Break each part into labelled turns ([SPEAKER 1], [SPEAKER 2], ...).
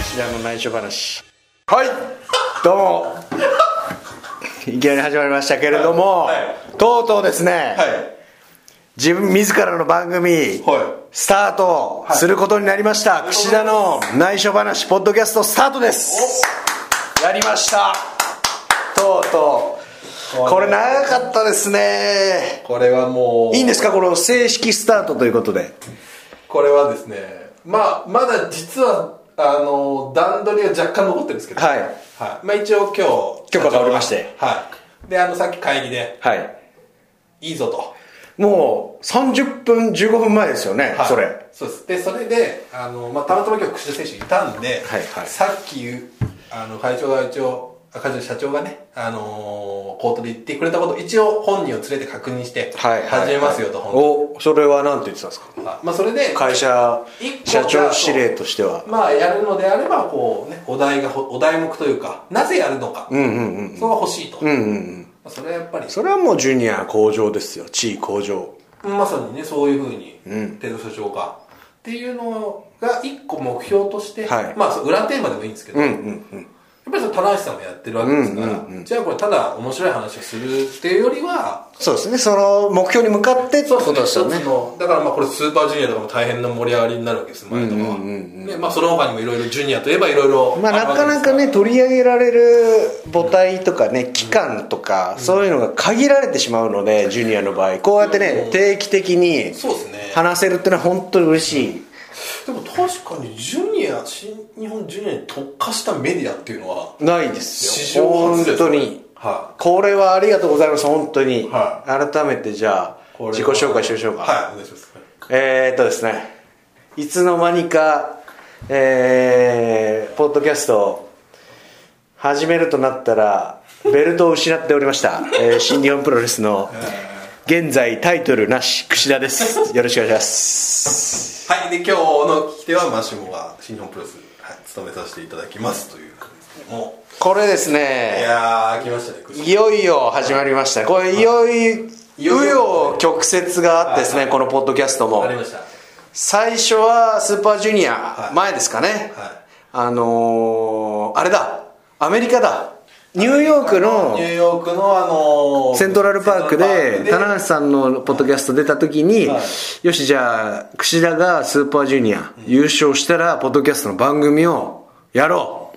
[SPEAKER 1] 石田の内緒話はいどうも いきなり始まりましたけれども、
[SPEAKER 2] はいは
[SPEAKER 1] とうとうですね、
[SPEAKER 2] はい
[SPEAKER 1] 自分自らの番組、
[SPEAKER 2] は
[SPEAKER 1] スタートすることになりました、櫛田の内緒話ポッドキャストスタートですやりましたとうとうこれ長かったですね
[SPEAKER 2] これはもう
[SPEAKER 1] いいんですかこの正式スタートということで
[SPEAKER 2] これはですねまあまだ実はあの段取りは若干残ってるんですけど
[SPEAKER 1] はい
[SPEAKER 2] まあ一応今日
[SPEAKER 1] 許可が下りまして
[SPEAKER 2] はいであのさっき会議で
[SPEAKER 1] はい
[SPEAKER 2] いいぞと
[SPEAKER 1] もう30分15分前ですよね、
[SPEAKER 2] はい
[SPEAKER 1] それ
[SPEAKER 2] そうですでそれであの、まあ、たまたま今日櫛田選手いたんで、
[SPEAKER 1] はいはい
[SPEAKER 2] さっき言うあの会長が一応あ会長社長がね、あのーコートで言ってくれたこと一応本人を連れて確認して始めますよと、本
[SPEAKER 1] おそれは何て言ってたんですか
[SPEAKER 2] 当にまあ、それで
[SPEAKER 1] 会社
[SPEAKER 2] 一個
[SPEAKER 1] 社長指令としては
[SPEAKER 2] まあやるのであればこうねお題がほお題目というかなぜやるのか、
[SPEAKER 1] うんうんうん
[SPEAKER 2] それは欲しいと、
[SPEAKER 1] う
[SPEAKER 2] ま
[SPEAKER 1] んうんうん
[SPEAKER 2] あそれはやっぱり
[SPEAKER 1] それはもうジュニア向上ですよ地位向上
[SPEAKER 2] まさにねそういうふうに
[SPEAKER 1] うん
[SPEAKER 2] テル社長がっていうのが一個目標として、
[SPEAKER 1] はい
[SPEAKER 2] まあその裏テーマでもいいんですけど、
[SPEAKER 1] うんう
[SPEAKER 2] やっ
[SPEAKER 1] んうん
[SPEAKER 2] ぱりその棚橋さんもやってるわけですから、
[SPEAKER 1] うんうんう
[SPEAKER 2] じゃあこれただ面白い話をするっていうよりは
[SPEAKER 1] そうですねその目標に向かってってことですよね
[SPEAKER 2] 一つのだからまあこれスーパージュニアとかも大変な盛り上がりになるわけです前とかは、
[SPEAKER 1] うんうんうんうん
[SPEAKER 2] ねまあ、その他にもいろいろジュニアといえばいろいろ
[SPEAKER 1] まあ、なかなかね取り上げられる母体とかね期間とか、そういうのが限られてしまうのでジュニアの場合こうやってね、
[SPEAKER 2] うん
[SPEAKER 1] 定期的に
[SPEAKER 2] そうですね
[SPEAKER 1] 話せるってのは本当に嬉しい、
[SPEAKER 2] でも確かにジュニア新日本ジュニアに特化したメディアっていうのは
[SPEAKER 1] ないです
[SPEAKER 2] 史
[SPEAKER 1] よ
[SPEAKER 2] 上初です
[SPEAKER 1] 本当
[SPEAKER 2] ね
[SPEAKER 1] に
[SPEAKER 2] は
[SPEAKER 1] これはありがとうございます本当に、
[SPEAKER 2] は
[SPEAKER 1] 改めてじゃあ
[SPEAKER 2] いこれは
[SPEAKER 1] 自己紹介しましょうか、
[SPEAKER 2] はいお願いします
[SPEAKER 1] えー、っとですねいつの間にかえー、ポッドキャストを始めるとなったらベルトを失っておりました、えー、新日本プロレスの現在タイトルなし櫛田ですよろしくお願いします
[SPEAKER 2] はいで今日の聞き手はマシモが新日本プロレス、はい、務めさせていただきますという感じですけども
[SPEAKER 1] これです
[SPEAKER 2] い
[SPEAKER 1] ね
[SPEAKER 2] やー来ましたねク
[SPEAKER 1] いよいよ始まりましたこれいよいよ紆
[SPEAKER 2] はい
[SPEAKER 1] 余曲折があってですね、
[SPEAKER 2] はい
[SPEAKER 1] このポッドキャストも
[SPEAKER 2] ありました
[SPEAKER 1] 最初はスーパージュニア
[SPEAKER 2] はい
[SPEAKER 1] 前ですかね、
[SPEAKER 2] は
[SPEAKER 1] あのー、あれだアメリカだニューヨークの
[SPEAKER 2] ニューヨークのあのー
[SPEAKER 1] セントラルパーク
[SPEAKER 2] セン
[SPEAKER 1] で
[SPEAKER 2] トラ
[SPEAKER 1] 棚
[SPEAKER 2] ルパー
[SPEAKER 1] 橋さんのポッドキャスト出た時に、
[SPEAKER 2] はい
[SPEAKER 1] よしじゃあ櫛田がスーパージュニア優勝したらポッドキャストの番組をやろう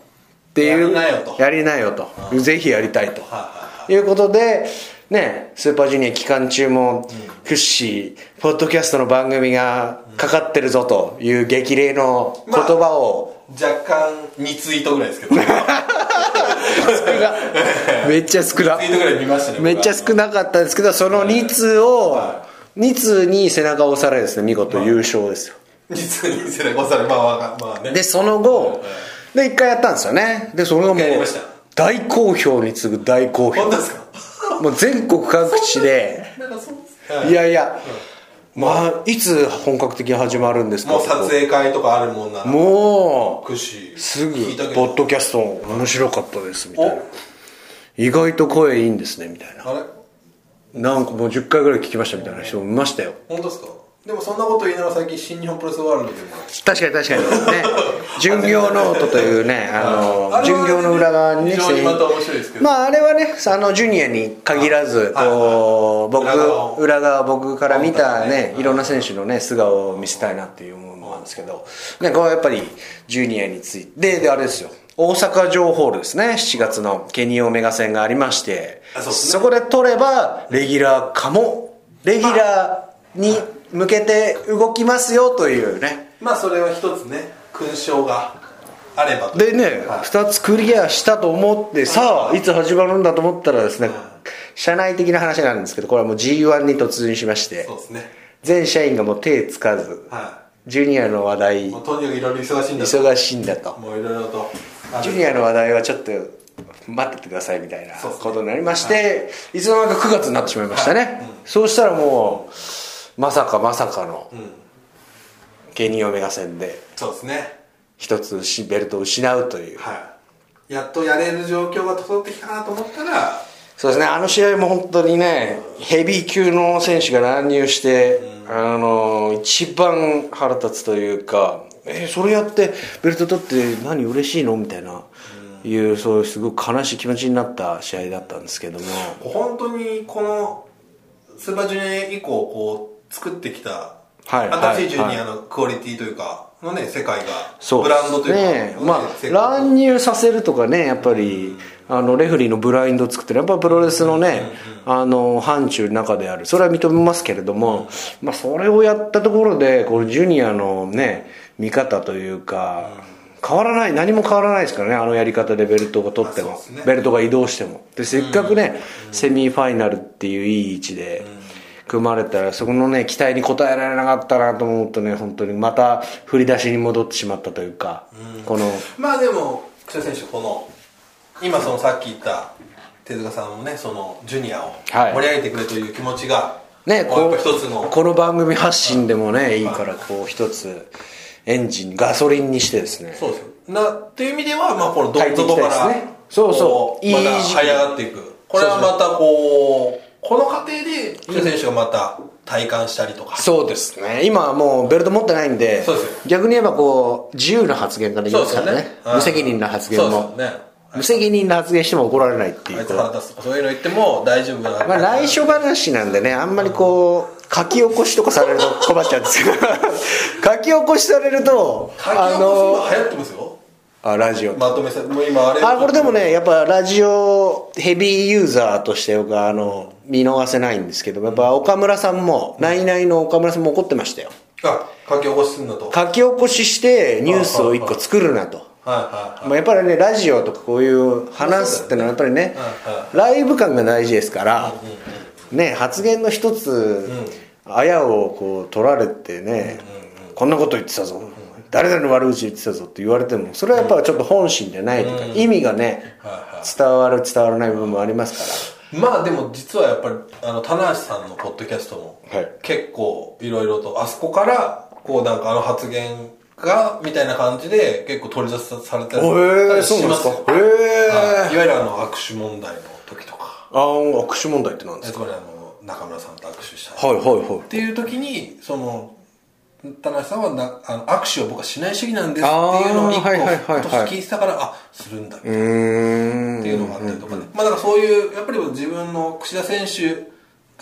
[SPEAKER 1] っていう
[SPEAKER 2] やりなよと
[SPEAKER 1] やりなよとぜひやりたいと、
[SPEAKER 2] はいはい
[SPEAKER 1] いうことで、ね、スーパージュニア期間中も、クッシー、ポッドキャストの番組がかかってるぞという激励の言葉を、
[SPEAKER 2] 若干2ツイートぐら いですけど2ツイ
[SPEAKER 1] めっちゃ少な、
[SPEAKER 2] ートぐらい見ましたね僕は
[SPEAKER 1] めっちゃ少なかったですけど、その2通を、
[SPEAKER 2] は
[SPEAKER 1] 2通に背中を押されですね、見事優勝ですよ。
[SPEAKER 2] 実に背中押されまあわかまあね
[SPEAKER 1] で、その後、で、1回やったんですよね。で、それがもう
[SPEAKER 2] 一回やりました、
[SPEAKER 1] 大好評に次ぐ大好評
[SPEAKER 2] 本。当ですか
[SPEAKER 1] もう全国各地で、
[SPEAKER 2] なんかそうですはい
[SPEAKER 1] やいや、まあ、いつ本格的に始まるんですか
[SPEAKER 2] もう撮影会とかあるもんなら
[SPEAKER 1] もう
[SPEAKER 2] くし
[SPEAKER 1] すぐ
[SPEAKER 2] 聞いたけ
[SPEAKER 1] ポ
[SPEAKER 2] ど
[SPEAKER 1] ッドキャスト面白かったですみたいな意外と声いいんですねみたいな
[SPEAKER 2] あれ
[SPEAKER 1] なんかもう10回ぐらい聞きましたみたいな人もいましたよ
[SPEAKER 2] 本当ですかでもそんなこと言いながら最近新日本プロレスワールドでも
[SPEAKER 1] 確かに確かに ね巡業ノートというねあ
[SPEAKER 2] あ
[SPEAKER 1] の
[SPEAKER 2] れは
[SPEAKER 1] 巡業の裏側にね
[SPEAKER 2] 非常にまた面白いですけど
[SPEAKER 1] まああれはねあのジュニアに限らず
[SPEAKER 2] はい
[SPEAKER 1] こう僕
[SPEAKER 2] 裏側を
[SPEAKER 1] 裏側僕から見たね
[SPEAKER 2] 本当だね
[SPEAKER 1] いろんな選手のね素顔を見せたいなっていうものもあるんですけどねこれはやっぱりジュニアについてでであれですよ大阪城ホールですね7月のケニーオメガ戦がありまして
[SPEAKER 2] あそうですね
[SPEAKER 1] そこで取ればレギュラーかもレギュラーに向けて動きますよというね
[SPEAKER 2] まあそれは一つね勲章があればと
[SPEAKER 1] でね、
[SPEAKER 2] はい
[SPEAKER 1] 2つクリアしたと思ってさあいつ始まるんだと思ったらですね
[SPEAKER 2] はい
[SPEAKER 1] 社内的な話になるんですけどこれはもう G1 に突入しまして
[SPEAKER 2] そうですね
[SPEAKER 1] 全社員がもう手つかず
[SPEAKER 2] は
[SPEAKER 1] ジュニアの話題
[SPEAKER 2] いもうとにかくいろいろ忙しいんだと
[SPEAKER 1] 忙しいんだと
[SPEAKER 2] もういろいろと
[SPEAKER 1] ジュニアの話題はちょっと待っててくださいみたいな
[SPEAKER 2] そうですね
[SPEAKER 1] ことになりましていつの間にか9月になってしまいましたねそうしたらもうまさかまさかの
[SPEAKER 2] うん
[SPEAKER 1] ケニーオメガ戦で
[SPEAKER 2] そうですね
[SPEAKER 1] 一つしベルトを失うという
[SPEAKER 2] はいやっとやれる状況が整ってきたなと思ったら
[SPEAKER 1] そうですね、あの試合も本当にね、ヘビー級の選手が乱入して、あの一番腹立つというか、えーそれやってベルト取って何嬉しいのみたいな、いうそういうすごく悲しい気持ちになった試合だったんですけども
[SPEAKER 2] 本当にこのスーパージュニア以降こう作ってきた
[SPEAKER 1] はい
[SPEAKER 2] 新しいジュ
[SPEAKER 1] はい
[SPEAKER 2] ニアのクオリティというかのね世界が
[SPEAKER 1] そう
[SPEAKER 2] ブランドというか
[SPEAKER 1] ね
[SPEAKER 2] ね
[SPEAKER 1] まあ
[SPEAKER 2] 世界
[SPEAKER 1] 乱入させるとかねやっぱり、あのレフェリーのブラインドを作ってるやっぱプロレスのね、あの範疇の中であるそれは認めますけれども、まあ、それをやったところでこのジュニアのね見方というか、変わらない何も変わらないですからねあのやり方でベルトが取って
[SPEAKER 2] まあ
[SPEAKER 1] も、
[SPEAKER 2] そうですね
[SPEAKER 1] ベルトが移動してもでせっかくね、セミファイナルっていういい位置で組まれたらそこのね期待に応えられなかったなと思うとね本当にまた振り出しに戻ってしまったというか、この
[SPEAKER 2] まあでも久世選手この今そのさっき言った手塚さんもねそのジュニアを
[SPEAKER 1] はい
[SPEAKER 2] 盛り上げてくれという気持ちが、
[SPEAKER 1] ね
[SPEAKER 2] こう
[SPEAKER 1] こ
[SPEAKER 2] やっぱ一つの
[SPEAKER 1] うこの番組発信でもねいいからこう一つエンジンガソリンにしてですね
[SPEAKER 2] そうですよなという意味では、まあ、このど
[SPEAKER 1] 入って
[SPEAKER 2] ん
[SPEAKER 1] いき
[SPEAKER 2] ど
[SPEAKER 1] た
[SPEAKER 2] こ
[SPEAKER 1] い
[SPEAKER 2] か
[SPEAKER 1] です
[SPEAKER 2] ら、
[SPEAKER 1] ねそうそう
[SPEAKER 2] こ
[SPEAKER 1] いい
[SPEAKER 2] また
[SPEAKER 1] 時期
[SPEAKER 2] 這い上がっていくこれはまたこうこの過程で久世選手がまた体感したりとか
[SPEAKER 1] そうですね今はもうベルト持ってないんで
[SPEAKER 2] そうですよ
[SPEAKER 1] 逆に言えばこう自由な発言ができ
[SPEAKER 2] そう
[SPEAKER 1] ま
[SPEAKER 2] ですす
[SPEAKER 1] か
[SPEAKER 2] よ
[SPEAKER 1] らね
[SPEAKER 2] うん
[SPEAKER 1] 無責任な発言
[SPEAKER 2] そう
[SPEAKER 1] も、
[SPEAKER 2] ですよね
[SPEAKER 1] 無責任な発言しても怒られないってい
[SPEAKER 2] あいうつ腹立つとかそういうの言っても大丈夫だな
[SPEAKER 1] まあ、内緒話なんでねあんまりこう書き起こしとかされると困っちゃうんです けど書き起こしされると
[SPEAKER 2] 書き起こすの流行ってますよ
[SPEAKER 1] あラジオ
[SPEAKER 2] まとめさもう今あれ
[SPEAKER 1] あこれでもねやっぱラジオヘビーユーザーとして僕はあの見逃せないんですけどやっぱ岡村さんもナイナイの岡村さんも怒ってましたよ
[SPEAKER 2] あ書き起こしすんだとはい
[SPEAKER 1] 書き起こししてニュースを1個作るなと
[SPEAKER 2] はいはい
[SPEAKER 1] まあやっぱりねラジオとかこういう話すってのはやっぱりね
[SPEAKER 2] うんうん
[SPEAKER 1] ライブ感が大事ですからね発言の一つあやをこう取られてねこんなこと言ってたぞ誰々の悪口言ってたぞって言われてもそれはやっぱちょっと本心じゃないというか意味がね
[SPEAKER 2] はいは
[SPEAKER 1] 伝わる伝わらない部分もありますか
[SPEAKER 2] まあでも実はやっぱりあの棚橋さんのポッドキャストも
[SPEAKER 1] はい
[SPEAKER 2] 結構いろいろとあそこからこうなんかあの発言がみたいな感じで結構取り出された
[SPEAKER 1] ら
[SPEAKER 2] り
[SPEAKER 1] へえそうな
[SPEAKER 2] し
[SPEAKER 1] んで
[SPEAKER 2] ますす
[SPEAKER 1] か
[SPEAKER 2] よはい
[SPEAKER 1] へ
[SPEAKER 2] い
[SPEAKER 1] え
[SPEAKER 2] わゆるあの握手問題の時とか
[SPEAKER 1] ああ握手問題ってなんで
[SPEAKER 2] つ
[SPEAKER 1] すか
[SPEAKER 2] まりあの中村さんと握手したり
[SPEAKER 1] はいはいはい
[SPEAKER 2] っていう時にその田中さんはなあの握手を僕はしない主義なんですって
[SPEAKER 1] あー
[SPEAKER 2] いうのを一個
[SPEAKER 1] はいはいはいはい
[SPEAKER 2] 今年聞いてたからあするんだっ
[SPEAKER 1] うーん
[SPEAKER 2] ていうのがあったりとかねまあだからそういうやっぱり自分の櫛田選手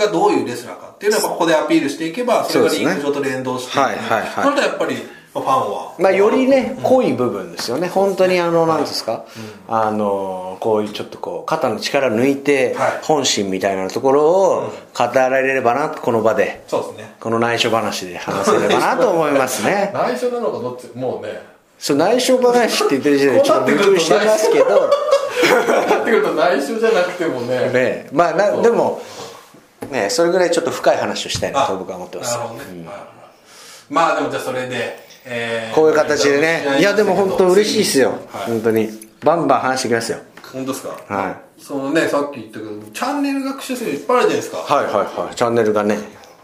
[SPEAKER 2] がどういうレスラーかっていうのはやっぱここでアピールしていけばそれがリンク上と連動していく
[SPEAKER 1] そうですねはいはいはい
[SPEAKER 2] それでやっぱりまあファンは
[SPEAKER 1] まあ、よりね濃い部分ですよね本当にあの何ですか、あのこういうちょっとこう肩の力抜いて
[SPEAKER 2] はい
[SPEAKER 1] 本心みたいなところを語られればなこの場で
[SPEAKER 2] そうですね
[SPEAKER 1] この内緒話で話せればなと思います ね
[SPEAKER 2] 内緒なのかどっちもうね
[SPEAKER 1] そう内緒話って言ってる時点でちょっと矛盾してますけど
[SPEAKER 2] なってくると内緒じゃなくてもね
[SPEAKER 1] ねまあなでもねそれぐらいちょっと深い話をしたいな
[SPEAKER 2] あ
[SPEAKER 1] と僕は思ってます
[SPEAKER 2] なるほどね、はいはいまあでもじゃあそれで、えー
[SPEAKER 1] こういう形でねいやでも本当嬉しいですよ、
[SPEAKER 2] はい
[SPEAKER 1] 本当にバンバン話してきますよ
[SPEAKER 2] 本当ですか
[SPEAKER 1] はい
[SPEAKER 2] そのねさっき言ったけどチャンネル学習生いっぱいあるじゃないですか、
[SPEAKER 1] はいはいはいチャンネルがね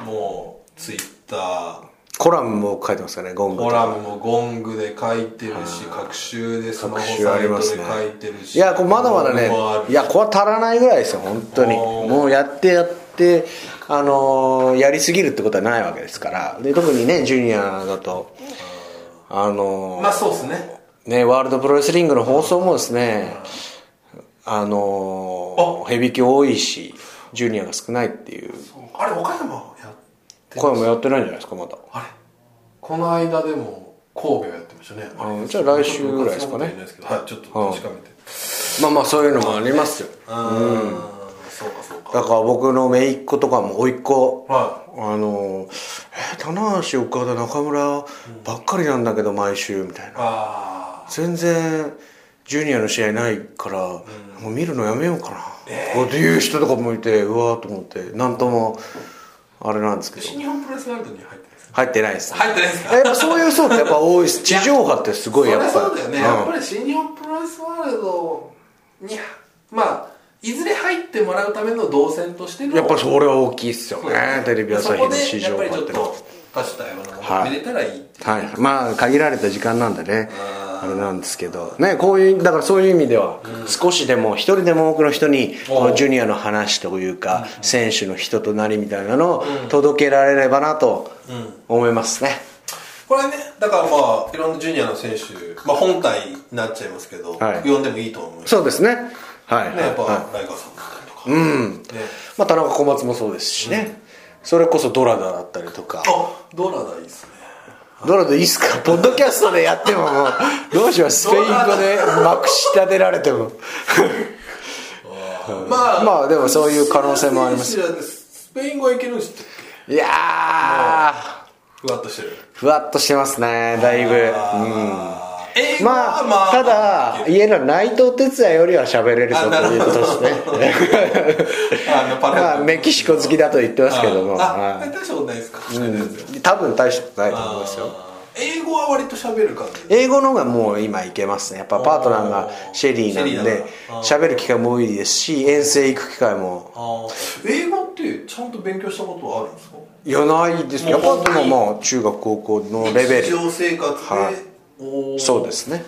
[SPEAKER 2] もうツイッター
[SPEAKER 1] コラムも書いてますからねゴングと
[SPEAKER 2] コ
[SPEAKER 1] か
[SPEAKER 2] ラムもゴングで書いてるし学習でスマホサイトで書いてるし
[SPEAKER 1] いやこれまだまだね
[SPEAKER 2] ブログもあるし
[SPEAKER 1] いやこれは足らないぐらいですよ本当に
[SPEAKER 2] おー
[SPEAKER 1] もうやってやってあのーやりすぎるってことはないわけですからで特にねジュニアだとあのー
[SPEAKER 2] まあそうですね
[SPEAKER 1] ねワールドプロレスリングの放送もですねあのーヘビ級多いしジュニアが少ないっていう
[SPEAKER 2] あれ岡山やって
[SPEAKER 1] 声もやってないんじゃないですかまだ
[SPEAKER 2] あれこの間でも神戸をやってましたね
[SPEAKER 1] うんじゃあ来週ぐらいですかね
[SPEAKER 2] はいちょっと確かめて
[SPEAKER 1] まあまあそういうのもありますよ
[SPEAKER 2] うんそうかそうか
[SPEAKER 1] だから僕の姪っ子とかも甥っ子
[SPEAKER 2] は
[SPEAKER 1] あのえー棚橋岡田中村ばっかりなんだけど毎週みたいな
[SPEAKER 2] ああ
[SPEAKER 1] 全然ジュニアの試合ないから、もう見るのやめようかな、っていう人とかもいてうわーと思ってなんともあれなんですけど
[SPEAKER 2] 新日本プロレスワールドに入ってます
[SPEAKER 1] 入ってないですね
[SPEAKER 2] 入ってないですか
[SPEAKER 1] やっぱそういう層ってやっぱ多い です地上波ってすごいやっぱ
[SPEAKER 2] そりゃそうだよね、
[SPEAKER 1] うん
[SPEAKER 2] やっぱり新日本プロレスワールドにまあいずれ入ってもらうための動線としての
[SPEAKER 1] やっぱそれは大きいっすよ
[SPEAKER 2] そう
[SPEAKER 1] ねテレビ朝日の地上波
[SPEAKER 2] そこでや
[SPEAKER 1] っ
[SPEAKER 2] っぱ
[SPEAKER 1] ての
[SPEAKER 2] りち
[SPEAKER 1] は
[SPEAKER 2] ょっと多種多様なもの
[SPEAKER 1] は
[SPEAKER 2] が
[SPEAKER 1] い
[SPEAKER 2] 見れたらいいって
[SPEAKER 1] はい、まあ限られた時間なんでね
[SPEAKER 2] あ
[SPEAKER 1] あれなんですけどねこういうだからそういう意味では少しでも一人でも多くの人に
[SPEAKER 2] おう
[SPEAKER 1] このジュニアの話というか選手の人となりみたいなのを届けられればなと思いますね
[SPEAKER 2] ここれね、だからまあ、いろんなジュニアの選手、まあ本体になっちゃいますけど、
[SPEAKER 1] はい
[SPEAKER 2] 呼んでもいいと思う。
[SPEAKER 1] そうですねはい、
[SPEAKER 2] ね、やっぱ、
[SPEAKER 1] は
[SPEAKER 2] ライガーさんだったりとか。うん。ね、
[SPEAKER 1] いまあ、田中小松もそうですしね、それこそドラダだったりとか
[SPEAKER 2] あ、ドラダいいですね。
[SPEAKER 1] ドラダいいっすかポッドキャストでやってももうどうしますスペイン語でまくし立てられて も
[SPEAKER 2] ま
[SPEAKER 1] まあでもそういう可能性もあります
[SPEAKER 2] よ。スペイン語いけるんですって、
[SPEAKER 1] いやー
[SPEAKER 2] ふわっとしてる。
[SPEAKER 1] ふわっとしてますねだいぶうん
[SPEAKER 2] あー英語
[SPEAKER 1] ま
[SPEAKER 2] は
[SPEAKER 1] あ、
[SPEAKER 2] まあ、
[SPEAKER 1] ただ家の内藤哲也よりは喋れる
[SPEAKER 2] あ
[SPEAKER 1] ぞと
[SPEAKER 2] なる
[SPEAKER 1] いう
[SPEAKER 2] ほ
[SPEAKER 1] こ
[SPEAKER 2] ど
[SPEAKER 1] とですね
[SPEAKER 2] あのパ レ
[SPEAKER 1] まあメキシコ好きだと言ってますけども
[SPEAKER 2] あ
[SPEAKER 1] は
[SPEAKER 2] あ、大したことないですか、
[SPEAKER 1] い多分大したことないと思いますよ
[SPEAKER 2] あー英語は割と喋る感じ
[SPEAKER 1] 英語の方がもう今いけますねやっぱパートナーがシェリーなんで
[SPEAKER 2] シェ
[SPEAKER 1] 喋る機会も多いですし遠征行く機会も
[SPEAKER 2] あー英語ってちゃんと勉強したことはあるんですか
[SPEAKER 1] いやないですやっぱでもまあ中学高校のレベ
[SPEAKER 2] 日
[SPEAKER 1] ル
[SPEAKER 2] 常生活で、
[SPEAKER 1] はい
[SPEAKER 2] おー
[SPEAKER 1] そうですね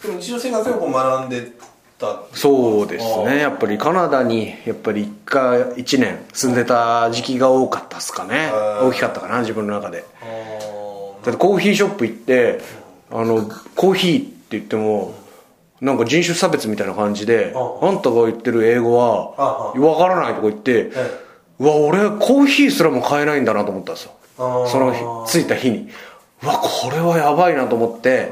[SPEAKER 2] でも日常生活でこう学んでた
[SPEAKER 1] そうです
[SPEAKER 2] あー
[SPEAKER 1] ねやっぱりカナダにやっぱり1回1年住んでた時期が多かったっすかね
[SPEAKER 2] あー
[SPEAKER 1] 大きかったかな自分の中で
[SPEAKER 2] あー
[SPEAKER 1] だってコーヒーショップ行ってあのコーヒーって言ってもなんか人種差別みたいな感じで
[SPEAKER 2] あ
[SPEAKER 1] あんたが言ってる英語は
[SPEAKER 2] ああ
[SPEAKER 1] わからないとか言って
[SPEAKER 2] え
[SPEAKER 1] うわ俺コーヒーすらも買えないんだなと思ったんですよ
[SPEAKER 2] あー
[SPEAKER 1] その日着いた日にうわこれはやばいなと思って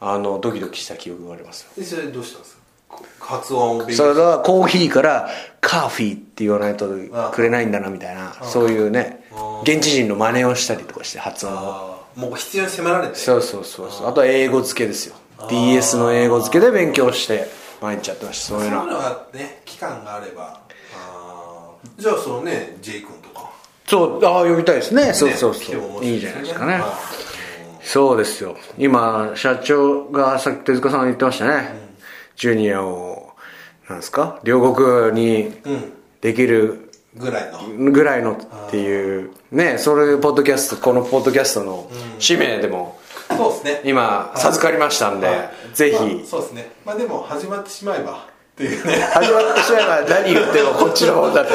[SPEAKER 1] あのドキドキした記憶がありますよ
[SPEAKER 2] でそれどうしたんですかこ発音を勉
[SPEAKER 1] そ
[SPEAKER 2] 強
[SPEAKER 1] れはコーヒーからカーフィーって言わないとくれないんだなみたいなそういうね
[SPEAKER 2] あ
[SPEAKER 1] 現地人の真似をしたりとかして発音を
[SPEAKER 2] あーもう必要に迫られて
[SPEAKER 1] そうそうそうそうあとは英語付けですよ DS の英語付けで勉強して毎日やってましたそう
[SPEAKER 2] そう
[SPEAKER 1] い
[SPEAKER 2] いうう
[SPEAKER 1] のは
[SPEAKER 2] のがね期間があればあーじゃあそのね J 君とか
[SPEAKER 1] そうああ呼びたいですねそう
[SPEAKER 2] ね
[SPEAKER 1] そう
[SPEAKER 2] 来て
[SPEAKER 1] そ
[SPEAKER 2] も面
[SPEAKER 1] う
[SPEAKER 2] 白
[SPEAKER 1] いいじゃないですかね、
[SPEAKER 2] よは
[SPEAKER 1] そうですよ今社長がさっき手塚さんが言ってましたね、ジュニアをなんですか両国に
[SPEAKER 2] うん
[SPEAKER 1] できる
[SPEAKER 2] ぐらいの
[SPEAKER 1] ぐらいのっていうねそれポッドキャストこのポッドキャストの使命でも
[SPEAKER 2] そうですね
[SPEAKER 1] 今授かりましたんで、ぜひ、
[SPEAKER 2] まあそうですねまあでも始まってしまえばっていうね
[SPEAKER 1] 始まってしまえば何言ってもこっちの方だと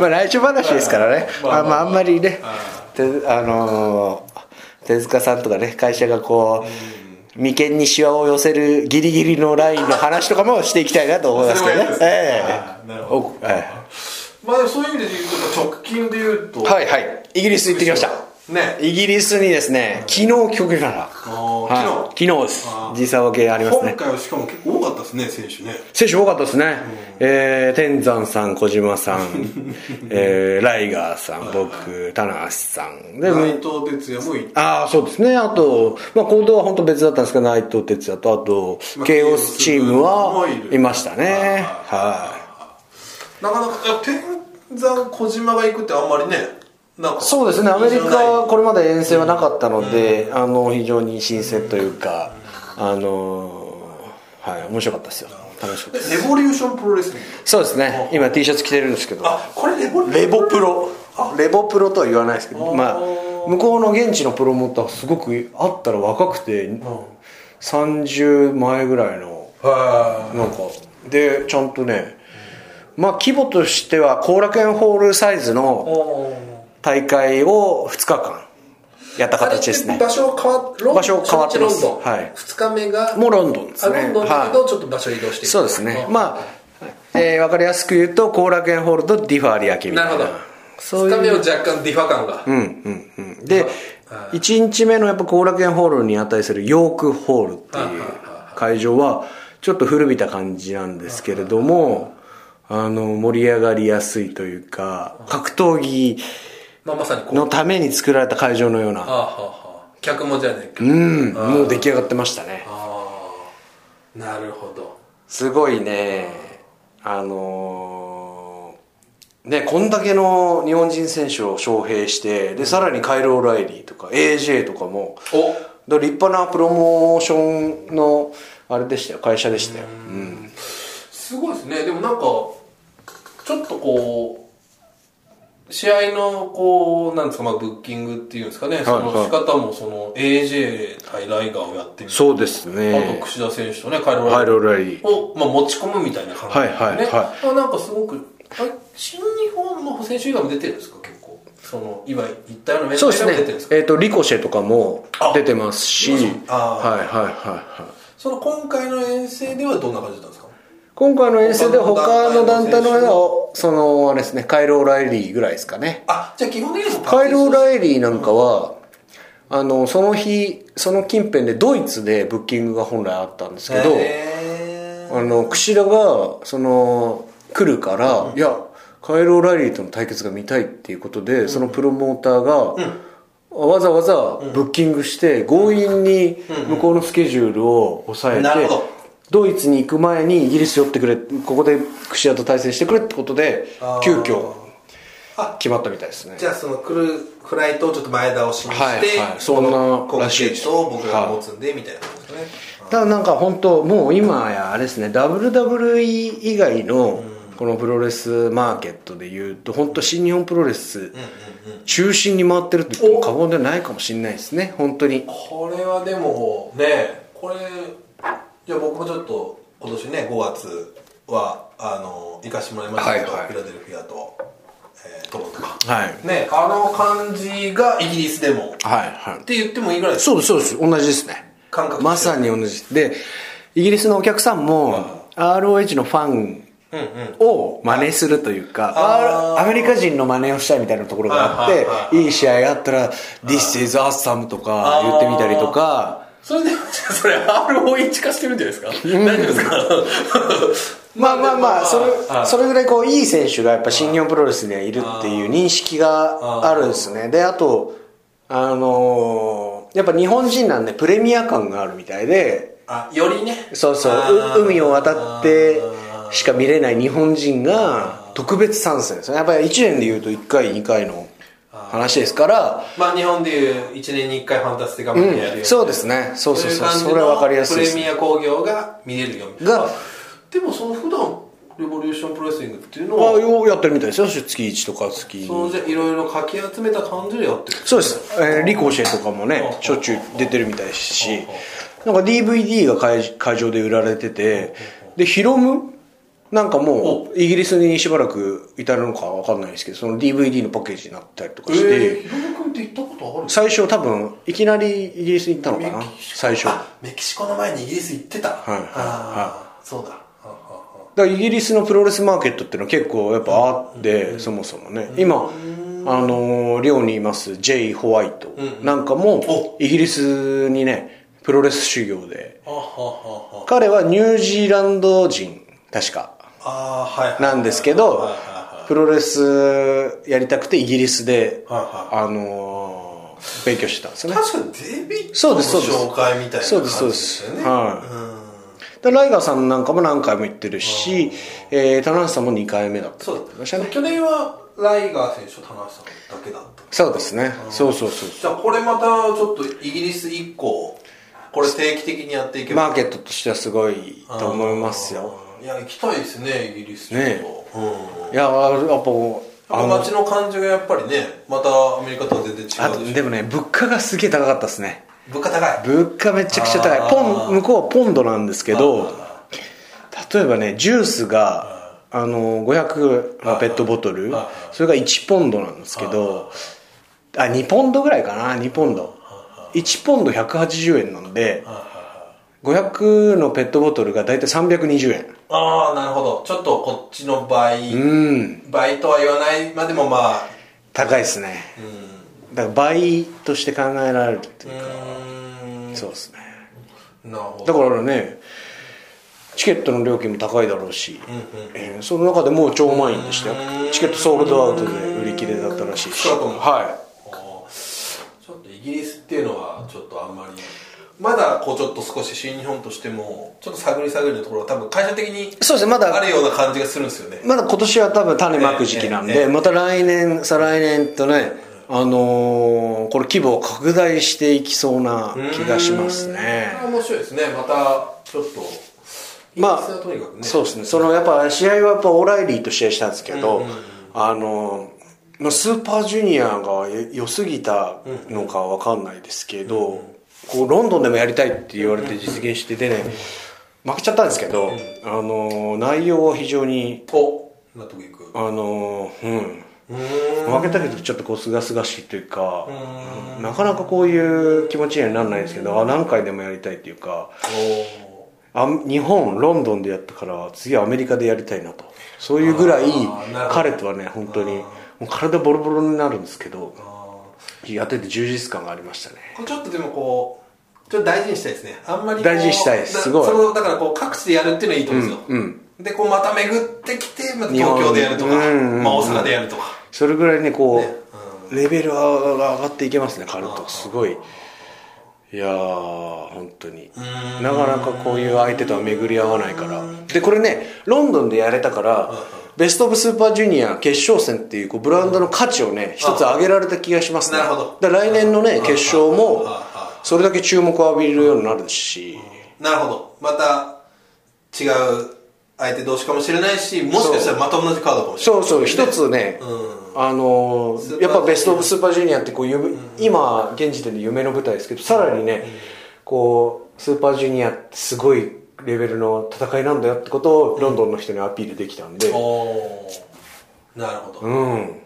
[SPEAKER 1] まあ来週話ですからね、
[SPEAKER 2] ま
[SPEAKER 1] ま
[SPEAKER 2] あ
[SPEAKER 1] あ
[SPEAKER 2] まあ
[SPEAKER 1] まあ、あんまりね
[SPEAKER 2] あ
[SPEAKER 1] てあのー手塚さんとかね会社がこう眉間にシワを寄せるギリギリのラインの話とかもしていきたいなと思いますけどね
[SPEAKER 2] それもいいですね
[SPEAKER 1] え
[SPEAKER 2] あ
[SPEAKER 1] え
[SPEAKER 2] ーなるほど
[SPEAKER 1] おえ
[SPEAKER 2] まあでもそういう意味で言うと直近で言うと
[SPEAKER 1] えはいはいイギリス行ってきました
[SPEAKER 2] ね
[SPEAKER 1] イギリスにですね昨日帰国したら
[SPEAKER 2] ー
[SPEAKER 1] はい、昨日です
[SPEAKER 2] あー
[SPEAKER 1] 時差分けありますね
[SPEAKER 2] 今回はしかも結構多かったですね選手ね
[SPEAKER 1] 選手多かったですね、えー天山さん小島さん、 えーライガーさん僕棚橋さんで
[SPEAKER 2] 内藤哲也もい
[SPEAKER 1] ああそうですねあと、まあ、行動は本当別だったんですけど内藤哲也とあと
[SPEAKER 2] まあ
[SPEAKER 1] 慶応チームは
[SPEAKER 2] 慶応もいる
[SPEAKER 1] いましたね
[SPEAKER 2] あ
[SPEAKER 1] はい
[SPEAKER 2] なかなかいや天山小島が行くってあんまりねなんか
[SPEAKER 1] そうですねアメリカは
[SPEAKER 2] こ
[SPEAKER 1] これまで遠征はなかったので、あの非常に新鮮というか、あのーはい面白かったですよ楽しかったです
[SPEAKER 2] レボリューションプロレスリング
[SPEAKER 1] そうですね今 T シャツ着てるんですけど
[SPEAKER 2] あこれレボリューショ
[SPEAKER 1] レ
[SPEAKER 2] ン
[SPEAKER 1] ボプロレボプロとは言わないですけどまあ向こうの現地のプロモーターすごくあったら若くて30前ぐらいの
[SPEAKER 2] は
[SPEAKER 1] なんかでちゃんとねまあ規模としては後楽園ホールサイズ
[SPEAKER 2] い
[SPEAKER 1] の大会を2日間やった形ですね
[SPEAKER 3] 場所変わロン
[SPEAKER 1] 場所変わってます
[SPEAKER 3] 初日ロンドン、
[SPEAKER 1] はい
[SPEAKER 3] 2日目が
[SPEAKER 1] もうロンドンですね
[SPEAKER 3] あロンドンだけど
[SPEAKER 1] はい
[SPEAKER 3] ちょっと場所移動してる
[SPEAKER 1] そうですね
[SPEAKER 3] ん
[SPEAKER 1] まあ、え分かりやすく言うと後楽園ホールとディファ有明み
[SPEAKER 3] なるほ
[SPEAKER 1] たい
[SPEAKER 3] ど
[SPEAKER 1] なそういう
[SPEAKER 3] 2日目は若干ディファ感が、
[SPEAKER 1] うんうんうんで1日目のやっぱ後楽園ホールに値するヨークホールっていう会場はちょっと古びた感じなんですけれどもあの盛り上がりやすいというか格闘技
[SPEAKER 3] まあ、まさにこう
[SPEAKER 1] のために作られた会場のよう
[SPEAKER 3] あ
[SPEAKER 1] な
[SPEAKER 3] あはあはあ客もじゃねえか
[SPEAKER 1] うんもう出来上がってましたね
[SPEAKER 3] なるほど
[SPEAKER 1] すごいねあのーねこんだけの日本人選手を招聘してでさらにカイル・オライリーとか AJ とかも
[SPEAKER 3] お
[SPEAKER 1] だから立派なプロモーションのあれでしたよ会社でしたようん
[SPEAKER 3] すごいですねでもなんかちょっとこう試合のこうなんですか、まあ、ブッキングっていうんですかね、そ
[SPEAKER 1] は
[SPEAKER 3] の
[SPEAKER 1] い
[SPEAKER 3] 仕方もその AJ 対ライガーをやってみる
[SPEAKER 1] そうです
[SPEAKER 3] あ
[SPEAKER 1] ね
[SPEAKER 3] と櫛田選手とねカイロラ
[SPEAKER 1] ハイ
[SPEAKER 3] イガー
[SPEAKER 1] ロラリー
[SPEAKER 3] を、まあ、持ち込むみたいな感じ
[SPEAKER 1] はいはい
[SPEAKER 3] ね
[SPEAKER 1] は
[SPEAKER 3] あなんかすごくあ新日本の選手以外も出てるんですか結構
[SPEAKER 2] その今言ったようなメン
[SPEAKER 1] そ
[SPEAKER 2] タ
[SPEAKER 1] うです
[SPEAKER 2] ルが出
[SPEAKER 1] ね
[SPEAKER 2] てるんですか
[SPEAKER 1] えっ、とリコシェとかも出てますしはい
[SPEAKER 2] あ
[SPEAKER 1] はいはいはい
[SPEAKER 2] その今回の遠征ではどんな感じだったんですか
[SPEAKER 1] 今回の遠征で他
[SPEAKER 2] 他
[SPEAKER 1] の
[SPEAKER 2] の
[SPEAKER 1] 団体
[SPEAKER 2] 団
[SPEAKER 1] の
[SPEAKER 2] 体の選手
[SPEAKER 1] 方はそのあれですねカイロ・オライリーぐらいですかね
[SPEAKER 2] あじゃあ基本的にも
[SPEAKER 1] カイロ・オ
[SPEAKER 2] イ
[SPEAKER 1] ライリーなんかはあのその日その近辺でドイツでブッキングが本来あったんですけど、あの櫛田がその来るから、いやカエル・オライリーとの対決が見たいっていうことで、そのプロモーターが、わざわざブッキングして強引に向こうのスケジュールを抑えて、
[SPEAKER 2] なるほど
[SPEAKER 1] ドイツに行く前にイギリス寄ってくれここで櫛田と対戦してくれってことで
[SPEAKER 4] あー
[SPEAKER 1] 急遽
[SPEAKER 4] あ
[SPEAKER 1] 決まったみたいですね
[SPEAKER 4] じゃあその来るフライトをちょっと前倒しにして、
[SPEAKER 1] はいはいそ
[SPEAKER 4] そ
[SPEAKER 1] んな
[SPEAKER 4] のコン
[SPEAKER 1] らしい
[SPEAKER 4] セ
[SPEAKER 1] です
[SPEAKER 4] プトを僕が持つんでみたいな感じですね、
[SPEAKER 1] ただなんか本当もう今やあれですね WWE 以外のこのプロレスマーケットでいうと本当新日本プロレス中心に回ってると言っても過言ではないかもしれないですね本当に
[SPEAKER 2] これはでもねこれじゃあ僕もちょっと今年ね5月はあの行かしてもらいましたけど、
[SPEAKER 1] はいはい
[SPEAKER 2] フィラデルフィアと、えー、トロントか
[SPEAKER 1] はい
[SPEAKER 2] ねあの感じがイギリスでも
[SPEAKER 1] はいは
[SPEAKER 2] って言ってもいいぐらい
[SPEAKER 1] い
[SPEAKER 2] です
[SPEAKER 1] そうですそうです同じですね
[SPEAKER 2] 感覚として
[SPEAKER 1] まさに同じでイギリスのお客さんも ROH のファンを真似するというか、アメリカ人の真似をしたいみたいなところがあ
[SPEAKER 2] はいはい
[SPEAKER 1] っ
[SPEAKER 2] は
[SPEAKER 1] て、いい試合があったら、This is awesome とか言ってみたりとか、
[SPEAKER 2] それでそれ ROH 化してるんじゃないですか 大丈夫ですか
[SPEAKER 1] まあまあまあ、それ
[SPEAKER 2] はい、
[SPEAKER 1] それぐらいこう、いい選手がやっぱ新日本プロレスにはいるっていう認識があるんですね。で、あと、あのーやっぱ日本人なんでプレミア感があるみたいで、
[SPEAKER 2] あよりね
[SPEAKER 1] そうそ
[SPEAKER 2] あ
[SPEAKER 1] う
[SPEAKER 2] ー
[SPEAKER 1] う海を渡ってしか見れない日本人が特別参戦ですねやっぱり1年でいうと1回2回の話ですから
[SPEAKER 2] まあ日本でいう1年に1回ファンタスティックアマンでやるような、
[SPEAKER 1] そうですねそうそうそうそ
[SPEAKER 2] い感じの
[SPEAKER 1] れは分かりやすいです
[SPEAKER 2] プレミ
[SPEAKER 1] ね
[SPEAKER 2] ア工業が見れるよみたいな
[SPEAKER 1] が
[SPEAKER 2] でもその普段レボリューションプロレスリングっていうの
[SPEAKER 1] あ
[SPEAKER 2] は
[SPEAKER 1] ようやってるみたいですよ月1とか月2
[SPEAKER 2] そのじゃいろいろかき集めた感じでやってる
[SPEAKER 1] そうです、えー、リコシェとかもねしょっちゅう出てるみたいですしなんか DVD が会会場で売られててでヒロムなんかもうイギリスにしばらくいたのか分かんないですけどその DVD のパッケージになったりとかして、
[SPEAKER 2] えー、ヒロム君って行ったことある
[SPEAKER 1] 最初多分いきなりイギリスに行ったのかな最初だか
[SPEAKER 2] あメキシコの前にイギリス行ってた、はい
[SPEAKER 1] はいはい
[SPEAKER 2] あーそうだはあはあはあ
[SPEAKER 1] らイギリスのプロレスマーケットっていうのは結構やっぱあって、そもそもね、今あのー寮にいますジェイ・ホワイトなんかもイギリスにねプロレス修行で
[SPEAKER 2] あはあは
[SPEAKER 1] 彼はニュージーランド人確か
[SPEAKER 2] ああーはいはい
[SPEAKER 1] なんですけ
[SPEAKER 2] はい
[SPEAKER 1] ど
[SPEAKER 2] はい
[SPEAKER 1] プロレスやりたくてイギリスで、
[SPEAKER 2] は
[SPEAKER 1] あのー勉強してたんですよね
[SPEAKER 2] 確かにデビッ
[SPEAKER 1] そう
[SPEAKER 2] ドの
[SPEAKER 1] ですそうです
[SPEAKER 2] 紹介みたいな
[SPEAKER 1] そうで
[SPEAKER 2] 感じ
[SPEAKER 1] すそうで
[SPEAKER 2] ですすよね
[SPEAKER 1] はい
[SPEAKER 2] うん
[SPEAKER 1] でライガーさんなんかも何回も行ってるし、えー、棚橋さんも2回目だった
[SPEAKER 2] そ
[SPEAKER 1] と
[SPEAKER 2] う
[SPEAKER 1] 言って
[SPEAKER 2] で
[SPEAKER 1] まし
[SPEAKER 2] す
[SPEAKER 1] たね
[SPEAKER 2] 去年はライガー選手と田中さんだけだった
[SPEAKER 1] そうですねそうそうそう
[SPEAKER 2] じゃあこれまたちょっとイギリス以降これ定期的にやっていけば
[SPEAKER 1] マーケットとしてはすごいと思いますよ
[SPEAKER 2] いや行きたいですねイギリス
[SPEAKER 1] ね
[SPEAKER 2] ちょっとうん
[SPEAKER 1] いやーやっぱ
[SPEAKER 2] や
[SPEAKER 1] あの
[SPEAKER 2] っぱ街の感じがやっぱりねまたアメリカとは全然違う
[SPEAKER 1] あ
[SPEAKER 2] で
[SPEAKER 1] と
[SPEAKER 2] しょ
[SPEAKER 1] でもね物価がすげえ高かったですね
[SPEAKER 2] 物価高い
[SPEAKER 1] 物価めちゃくちゃ高
[SPEAKER 2] あ
[SPEAKER 1] い
[SPEAKER 2] ー
[SPEAKER 1] ポン向こうはポンドなんですけど例えばねジュースがあの500のペットボトルそれが1ポンドなんですけどあ2ポンドぐらいかな2ポンド1ポンド180円なんで500のペットボトルが大体320円
[SPEAKER 2] ああなるほどちょっとこっちの倍、
[SPEAKER 1] うん
[SPEAKER 2] 倍とは言わないまでもまあ
[SPEAKER 1] 高いですねだから倍として考えられるっていう
[SPEAKER 2] うーん
[SPEAKER 1] そうですね
[SPEAKER 2] なるほ
[SPEAKER 1] だ
[SPEAKER 2] ど
[SPEAKER 1] からねチケットの料金も高いだろうし、えーその中でもう超満員でしたよチケットソールドアウトで売り切れだったらしいし
[SPEAKER 2] そうだと思う
[SPEAKER 1] は
[SPEAKER 2] ちょっとイギリスっていうのはちょっとあんまりまだこうちょっと少し新日本としてもちょっと探り探りのところは多分会社的
[SPEAKER 1] い
[SPEAKER 2] に
[SPEAKER 1] そうですねま
[SPEAKER 2] あ
[SPEAKER 1] だ
[SPEAKER 2] るような感じがするんですよね
[SPEAKER 1] まだ今年は多分種まく時期なんで、
[SPEAKER 2] ええええ
[SPEAKER 1] また来年再来年とねあのーこれ規模を拡大していきそうな気がしますね
[SPEAKER 2] うーん面白いですねまたちょっと
[SPEAKER 1] まあ
[SPEAKER 2] イギリスはとにかくね
[SPEAKER 1] そうですねそのやっぱ試合はやっぱオライリーと試合したんですけど、あのまあスーパージュニアがよ良すぎたのかわかんないですけど、こうロンドンでもやりたいって言われて実現してでね、負けちゃったんですけど、あの内容は非常に
[SPEAKER 2] お納得いく
[SPEAKER 1] あのうん負けたけどちょっとこうすがすがしいというかなかなかこういう気持ちにはならないんですけどあ何回でもやりたいというかあ日本ロンドンでやったから次はアメリカでやりたいなとそういうぐらい彼とはね本当にもう体ボロボロになるんですけどやってて充実感がありましたね
[SPEAKER 2] ちょっとでもこうちょっと大事にしたいですねあんまり
[SPEAKER 1] 大事にしたいですすごい
[SPEAKER 2] そのだからこう各地でやるっていうのはいいと思うんですよ、
[SPEAKER 1] うんうん
[SPEAKER 2] でこうまた巡ってきて、また東京でやるとか、
[SPEAKER 1] 日本うんうんうん
[SPEAKER 2] まあ、大阪でやるとか、
[SPEAKER 1] それぐらいねこう
[SPEAKER 2] ね
[SPEAKER 1] レベルが上がっていけますね彼とすごいいやー本当になかなかこういう相手とは巡り合わないからでこれねロンドンでやれたから、ベスト・オブ・スーパージュニア決勝戦っていうこうブランドの価値をね一つ上げられた気がしますね
[SPEAKER 2] なるほど
[SPEAKER 1] だから来年のね決勝も
[SPEAKER 2] うんうん
[SPEAKER 1] それだけ注目を浴びるようになるし
[SPEAKER 2] なるほどまた違う相手同士かもしれないしもしかしたらまた同じカードかもし
[SPEAKER 1] そ
[SPEAKER 2] れな
[SPEAKER 1] う
[SPEAKER 2] い
[SPEAKER 1] そう一つね、あのー
[SPEAKER 2] スーパー
[SPEAKER 1] やっぱベスト・オブ・スーパージュニアってこう夢、今現時点で夢の舞台ですけどさらにね、こうスーパージュニアってすごいレベルの戦いなんだよってことをロンドンの人にアピールできたんで、う
[SPEAKER 2] おーなるほど
[SPEAKER 1] ん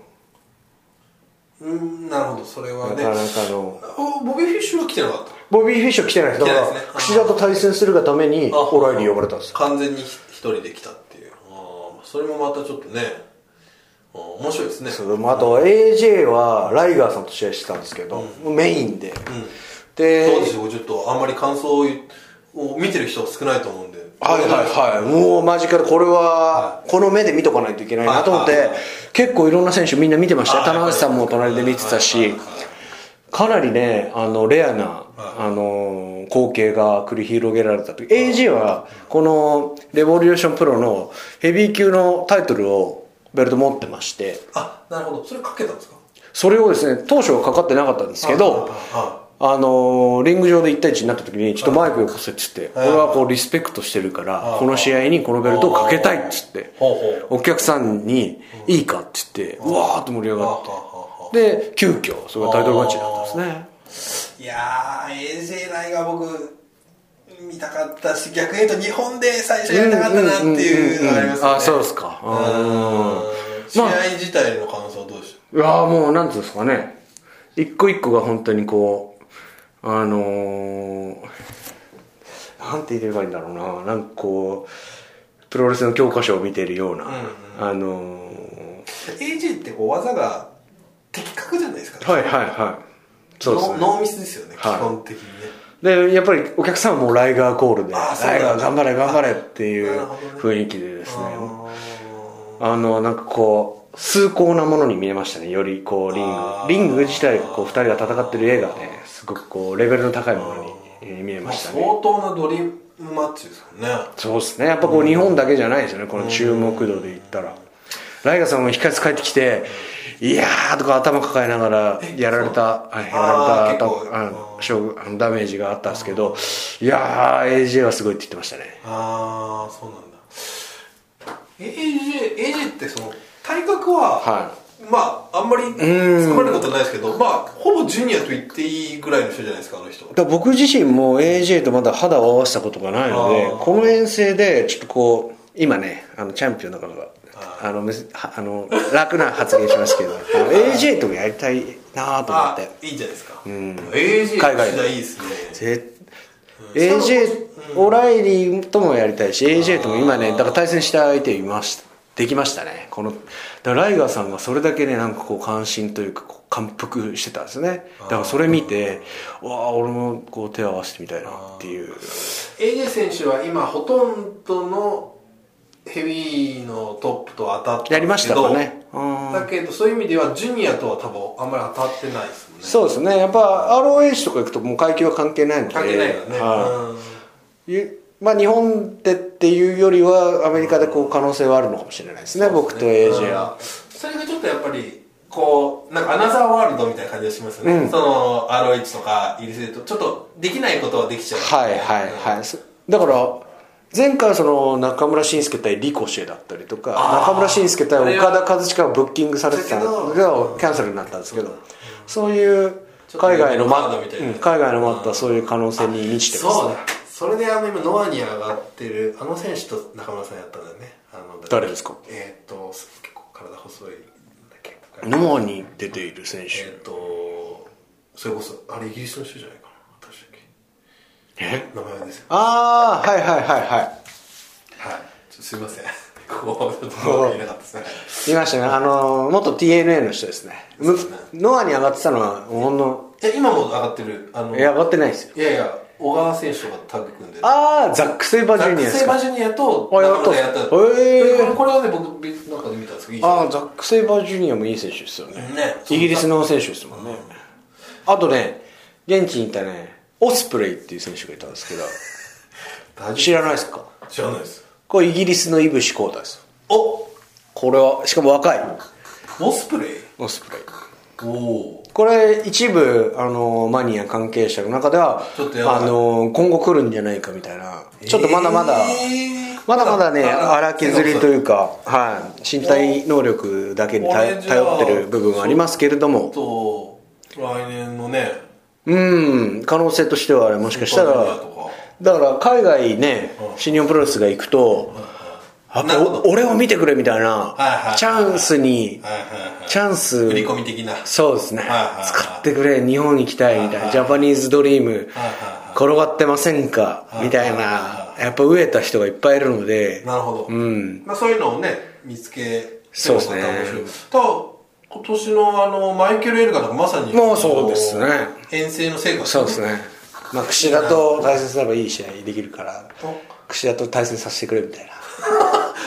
[SPEAKER 2] うんなるほどそれは
[SPEAKER 1] な
[SPEAKER 2] ね
[SPEAKER 1] かなかの
[SPEAKER 2] おボビー・フィッシュは来てなかった
[SPEAKER 1] ボビー・フィッシュ来てないですだから
[SPEAKER 2] 来てないですね
[SPEAKER 1] 櫛田と対戦するがために
[SPEAKER 2] あ
[SPEAKER 1] オライリー呼ばれたんですよ
[SPEAKER 2] 完全に一人で来たっていうあーそれもまたちょっとねあー面白いですね
[SPEAKER 1] それもあと AJ はライガーさんと試合してたんですけど、メインで、で
[SPEAKER 2] どうでしょうちょっとあんまり感想を見てる人少ないと思うんで
[SPEAKER 1] はいはいはい、もう間近でこれはこの目で見とかないといけないなと思って、
[SPEAKER 2] はいはいはい
[SPEAKER 1] 結構いろんな選手みんな見てましたよ
[SPEAKER 2] はい
[SPEAKER 1] 棚橋さんも隣で見てた
[SPEAKER 2] はい
[SPEAKER 1] し
[SPEAKER 2] はいはい
[SPEAKER 1] かなりねあのレアな、あのー光景が繰り広げられたと AG はこのレボリューションプロのヘビー級のタイトルをベルト持ってまして
[SPEAKER 2] あなるほどそれかけたんですか
[SPEAKER 1] それをですね当初はかかってなかったんですけど
[SPEAKER 2] は
[SPEAKER 1] あのーリング上で1対1になった時にちょっとマイクよこせっつって
[SPEAKER 2] い
[SPEAKER 1] 俺はこうリスペクトしてるから
[SPEAKER 2] い
[SPEAKER 1] この試合にこのベルトをかけたいっつって
[SPEAKER 2] ほうほう
[SPEAKER 1] お客さんに「いいか?」っつってうわーっと盛り上が
[SPEAKER 2] は
[SPEAKER 1] ってで急遽それがタイトルマッチだったんですね
[SPEAKER 2] いやー AJ ライが僕見たかったし逆に言うと日本で最初やりたかったなっていうのがありますよね
[SPEAKER 1] あそうですかうーん
[SPEAKER 2] うん試合自体の感想はどうでし
[SPEAKER 1] いやーもうなんていうんですかね一個一個が本当にこうあのー、なんて言えばいいんだろうななんかこうプロレスの教科書を見てるような、あのー、
[SPEAKER 2] た AJ ってこう技が的確じゃないですか、
[SPEAKER 1] はいはいはいそうです
[SPEAKER 2] ノ
[SPEAKER 1] ね
[SPEAKER 2] ノーミスですよね、
[SPEAKER 1] はい
[SPEAKER 2] 基本的にね
[SPEAKER 1] でやっぱりお客さんもライガーコールで「
[SPEAKER 2] あーそうだ
[SPEAKER 1] ライガー頑張れ頑張れ」ってい
[SPEAKER 2] な
[SPEAKER 1] う
[SPEAKER 2] るほどね
[SPEAKER 1] 雰囲気でですね
[SPEAKER 2] あ
[SPEAKER 1] あのなんかこう崇高なものに見えましたねよりこうリング
[SPEAKER 2] あー
[SPEAKER 1] リング自体がこう2人が戦ってる映画ねすごくこうレベルの高いものにえー見え
[SPEAKER 2] ー
[SPEAKER 1] ましたね
[SPEAKER 2] 相当なドリームマッチですもんね
[SPEAKER 1] そうですねやっぱこう日本だけじゃないですよねこの注目度で言ったらライガーさんも控えつ帰ってきて「いやー」とか頭抱えながらやられたはいやられた
[SPEAKER 2] あー結構
[SPEAKER 1] あの勝負あのダメージがあったんですけど「いやー AJ はすごい」って言ってましたね
[SPEAKER 2] ああそうなんだ AJ, AJ ってその体格は、
[SPEAKER 1] は
[SPEAKER 2] まああんまりつかまれることはないですけどまあほぼジュニアと言っていいぐらいの人じゃないですかあの人
[SPEAKER 1] だから僕自身も AJ とまだ肌を合わせたことがないので
[SPEAKER 2] あー
[SPEAKER 1] この遠征でちょっとこう今ねあのチャンピオンだからあのむずはあの楽な発言しますけどあの AJ ともやりたいなと思
[SPEAKER 2] あ
[SPEAKER 1] って
[SPEAKER 2] いいんじゃないですか、AJ
[SPEAKER 1] 海外で
[SPEAKER 2] の時代いいですね
[SPEAKER 1] ぜ AJ オライリーともやりたいし AJ とも今ねだから対戦した相手いましたできましたねこのだからライガーさんがそれだけねなんかこう関心というかこう感服してたんですねだからそれ見てうわあ俺もこう手を合わせてみたいなっていう
[SPEAKER 2] AJ 選手は今ほとんどのヘビーのトップと当たって
[SPEAKER 1] やりましたかねうん
[SPEAKER 2] だけどそういう意味ではジュニアとは多分あんまり当たってないですもんね
[SPEAKER 1] そうですねやっぱ ROH とか行くともう階級は関係ないので
[SPEAKER 2] 関係ないからね、
[SPEAKER 1] は
[SPEAKER 2] うん
[SPEAKER 1] いゆまあ、日本でっていうよりはアメリカでこう可能性はあるのかもしれないですね僕と AJ は
[SPEAKER 2] それがちょっとやっぱりこうなんかアナザーワールドみたいな感じがしますよね、その ROH とかイギリスで言うとちょっとできないことはできちゃう
[SPEAKER 1] はいはいはいそだから前回はその中村慎介対リコシェだったりとか中村慎介対岡田和親がブッキングされてたのがキャンセルになったんですけどそういう海外の
[SPEAKER 2] ちょっと
[SPEAKER 1] ま
[SPEAKER 2] ねカードみたいな
[SPEAKER 1] うん海外の待ったそういう可能性に満ちてます
[SPEAKER 2] そうだそれであの今ノアに上がってるあの選手と中村さんやったんだよねあの
[SPEAKER 1] 誰ですか
[SPEAKER 2] えーっと結構体細いんだっけか
[SPEAKER 1] ノモに出ている選
[SPEAKER 2] えっ、
[SPEAKER 1] 手
[SPEAKER 2] とそれこそあれイギリスの人じゃないかな私だっ
[SPEAKER 1] え
[SPEAKER 2] け名前はですよ
[SPEAKER 1] ああはいはいはいは
[SPEAKER 2] はいちょすいません ここちょっと言えなかったですね
[SPEAKER 1] いいましたねあの元 TNA の人ですねむノアに上がってたのはほんの
[SPEAKER 2] いや今も上がってるあの
[SPEAKER 1] いや上がってないですよ
[SPEAKER 2] いやいや小川選手とかタッグ組んで
[SPEAKER 1] ああザック・セイバージュニアです
[SPEAKER 2] セイバ
[SPEAKER 1] か
[SPEAKER 2] ージュニアと
[SPEAKER 1] あやった
[SPEAKER 2] 中村がやった
[SPEAKER 1] へー
[SPEAKER 2] これはね僕なんかで見たんですけどいい
[SPEAKER 1] ああザック・セイバージュニアもいい選手ですよね
[SPEAKER 2] ですね
[SPEAKER 1] イギリスの選手ですもんね、あとね現地にいたねオスプレイっていう選手がいたんですけど
[SPEAKER 2] 大丈夫
[SPEAKER 1] 知らないですか
[SPEAKER 2] 知らないです
[SPEAKER 1] これイギリスのイブシコータです
[SPEAKER 2] お
[SPEAKER 1] これはしかも若い
[SPEAKER 2] オスプレイ
[SPEAKER 1] オスプレイ
[SPEAKER 2] おお
[SPEAKER 1] これ一部あのマニア関係者の中では
[SPEAKER 2] ちょっとやばい
[SPEAKER 1] あの今後来るんじゃないかみたいなちょっとまだまだ、
[SPEAKER 2] えー
[SPEAKER 1] まだまだね
[SPEAKER 2] まだ
[SPEAKER 1] 荒削りというか、はい、身体能力だけに頼
[SPEAKER 2] 俺じゃあ
[SPEAKER 1] 頼ってる部分はありますけれども
[SPEAKER 2] と来年のね
[SPEAKER 1] うん可能性としてはあれもしかしたら
[SPEAKER 2] スーパージュニアとか
[SPEAKER 1] だから海外ね新日本プロレスが行くとやっ
[SPEAKER 2] な
[SPEAKER 1] ぱ
[SPEAKER 2] るほど
[SPEAKER 1] お俺を見てくれみたい
[SPEAKER 2] はいは
[SPEAKER 1] ないチャンスに
[SPEAKER 2] はいはいはい
[SPEAKER 1] チャンス
[SPEAKER 2] 振り込み的な
[SPEAKER 1] そうですね
[SPEAKER 2] はいはいはい
[SPEAKER 1] 使ってくれ日本行きたいみたい
[SPEAKER 2] はいは
[SPEAKER 1] ないジャパニーズドリーム
[SPEAKER 2] はいはい
[SPEAKER 1] 転がってませんか
[SPEAKER 2] はい
[SPEAKER 1] みたい
[SPEAKER 2] はい
[SPEAKER 1] な
[SPEAKER 2] は
[SPEAKER 1] やっぱ飢えた人がいっぱいいるので
[SPEAKER 2] なるほど、
[SPEAKER 1] ん
[SPEAKER 2] まあ、そういうのをね見つけ
[SPEAKER 1] そうですね
[SPEAKER 2] てもらったら面白いただ今年のあのマイケル・エルガとかまさに
[SPEAKER 1] もうそうですね
[SPEAKER 2] 遠征の成果
[SPEAKER 1] そう ですねまあ櫛田と対戦すればいい試合できるから櫛田と対戦させてくれみたいな
[SPEAKER 2] なん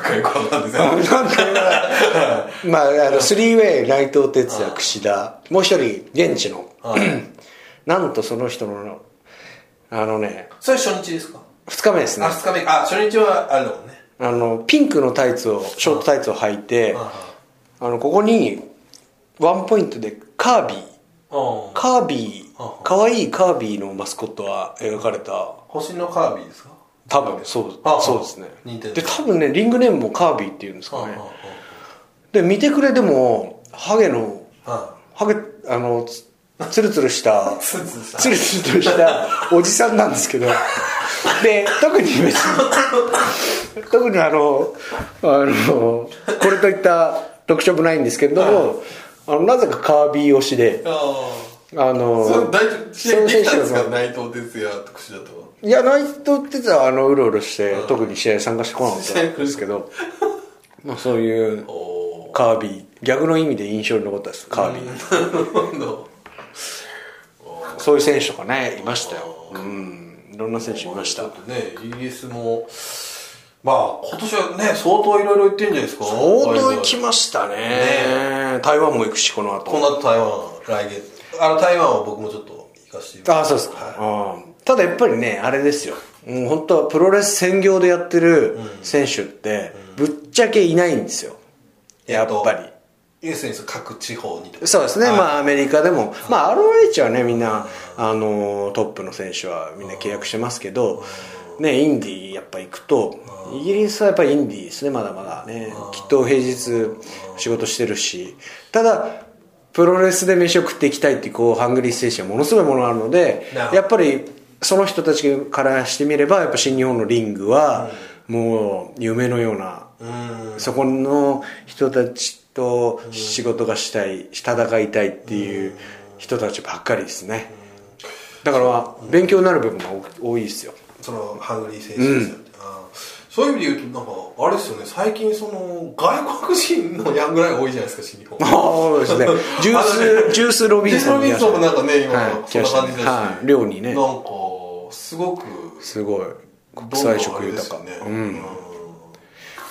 [SPEAKER 2] かよくわかんないですね
[SPEAKER 1] なんかまああのスリーウェイ内藤哲也櫛田もう一人現地のなんとその人のあのね
[SPEAKER 2] それ初日ですか
[SPEAKER 1] 2日目ですね
[SPEAKER 2] あ2日目あ初日はあれだもんね
[SPEAKER 1] あのピンクのタイツをショートタイツを履いて
[SPEAKER 2] あ
[SPEAKER 1] あのここにワンポイントでカービィ
[SPEAKER 2] あ
[SPEAKER 1] カービ
[SPEAKER 2] あ
[SPEAKER 1] ィかわいいカービィのマスコットが描かれた
[SPEAKER 2] 星のカービィですか
[SPEAKER 1] 多分そう
[SPEAKER 2] ああ
[SPEAKER 1] そうですね
[SPEAKER 2] 似てる
[SPEAKER 1] で多分ねリングネームもカービィっていうんですかね
[SPEAKER 2] あ
[SPEAKER 1] で見てくれでもハゲの
[SPEAKER 2] あ
[SPEAKER 1] ハゲあのつつるつるした
[SPEAKER 2] スーツ
[SPEAKER 1] つるつるしたおじさんなんですけどで特に別に特にあのあのこれといった特色ないんですけれどもあのなぜかカービィ推しで
[SPEAKER 2] あ
[SPEAKER 1] あの
[SPEAKER 2] あそう大丈夫試
[SPEAKER 1] そ
[SPEAKER 2] 合
[SPEAKER 1] の選
[SPEAKER 2] できた
[SPEAKER 1] 手
[SPEAKER 2] んですか
[SPEAKER 1] の
[SPEAKER 2] 内藤哲也特殊だ と
[SPEAKER 1] いや内藤哲也はあのうろうろして特に試合参加してこなかったんですけ どまあそういう
[SPEAKER 2] おお
[SPEAKER 1] カービィ逆の意味で印象に残ったですカービィ
[SPEAKER 2] なるほど
[SPEAKER 1] そういう選手とかねいましたようんいろんな選手いまし
[SPEAKER 2] ちょ
[SPEAKER 1] た
[SPEAKER 2] っとねイギリスもまあ今年はね相当いろいろ行ってんじゃないですか相
[SPEAKER 1] 相当行きましたね台湾も行くしこの後
[SPEAKER 2] この後台湾来月あの台湾は僕もちょっと行かせていただ
[SPEAKER 1] ああそうですか、うんただやっぱりねあれですよもう本当はプロレス専業でやってる選手ってぶっちゃけいないんですよやっぱり
[SPEAKER 2] 要するにその各地方にと
[SPEAKER 1] そうですね、
[SPEAKER 2] はい
[SPEAKER 1] まあアメリカでも、まあ ROH はね、みんな、あの、トップの選手はみんな契約してますけど、ね、インディーやっぱ行くと、イギリスはやっぱりインディーですね、まだまだね。きっと平日仕事してるし、ただ、プロレスで飯を食っていきたいっていう、こう、ハングリー精神はものすごいものがあるので
[SPEAKER 2] なるほ、ど
[SPEAKER 1] やっぱり、その人たちからしてみれば、やっぱ新日本のリングは、もう、夢のような、
[SPEAKER 2] うん
[SPEAKER 1] そこの人たちと仕事がしたい、戦いたいっていう人たちばっかりですね。だから、勉強になる部分が多多いですよ。
[SPEAKER 2] そのハングリー選手ですよね、あーそういう意味で言うとなんかあれですよね最近その外国人のヤングライン多いじゃないですか新日本
[SPEAKER 1] ああ、そうですね。 ジュース、ジュースロビンソン
[SPEAKER 2] ジュースロビンソンもなんかね今
[SPEAKER 1] はい
[SPEAKER 2] そんな感じだし
[SPEAKER 1] はい、寮に
[SPEAKER 2] な
[SPEAKER 1] ね、
[SPEAKER 2] んかすごく
[SPEAKER 1] すごい、国
[SPEAKER 2] どんどんあ
[SPEAKER 1] 際
[SPEAKER 2] れです
[SPEAKER 1] 色豊か。
[SPEAKER 2] よね
[SPEAKER 1] うん
[SPEAKER 2] うん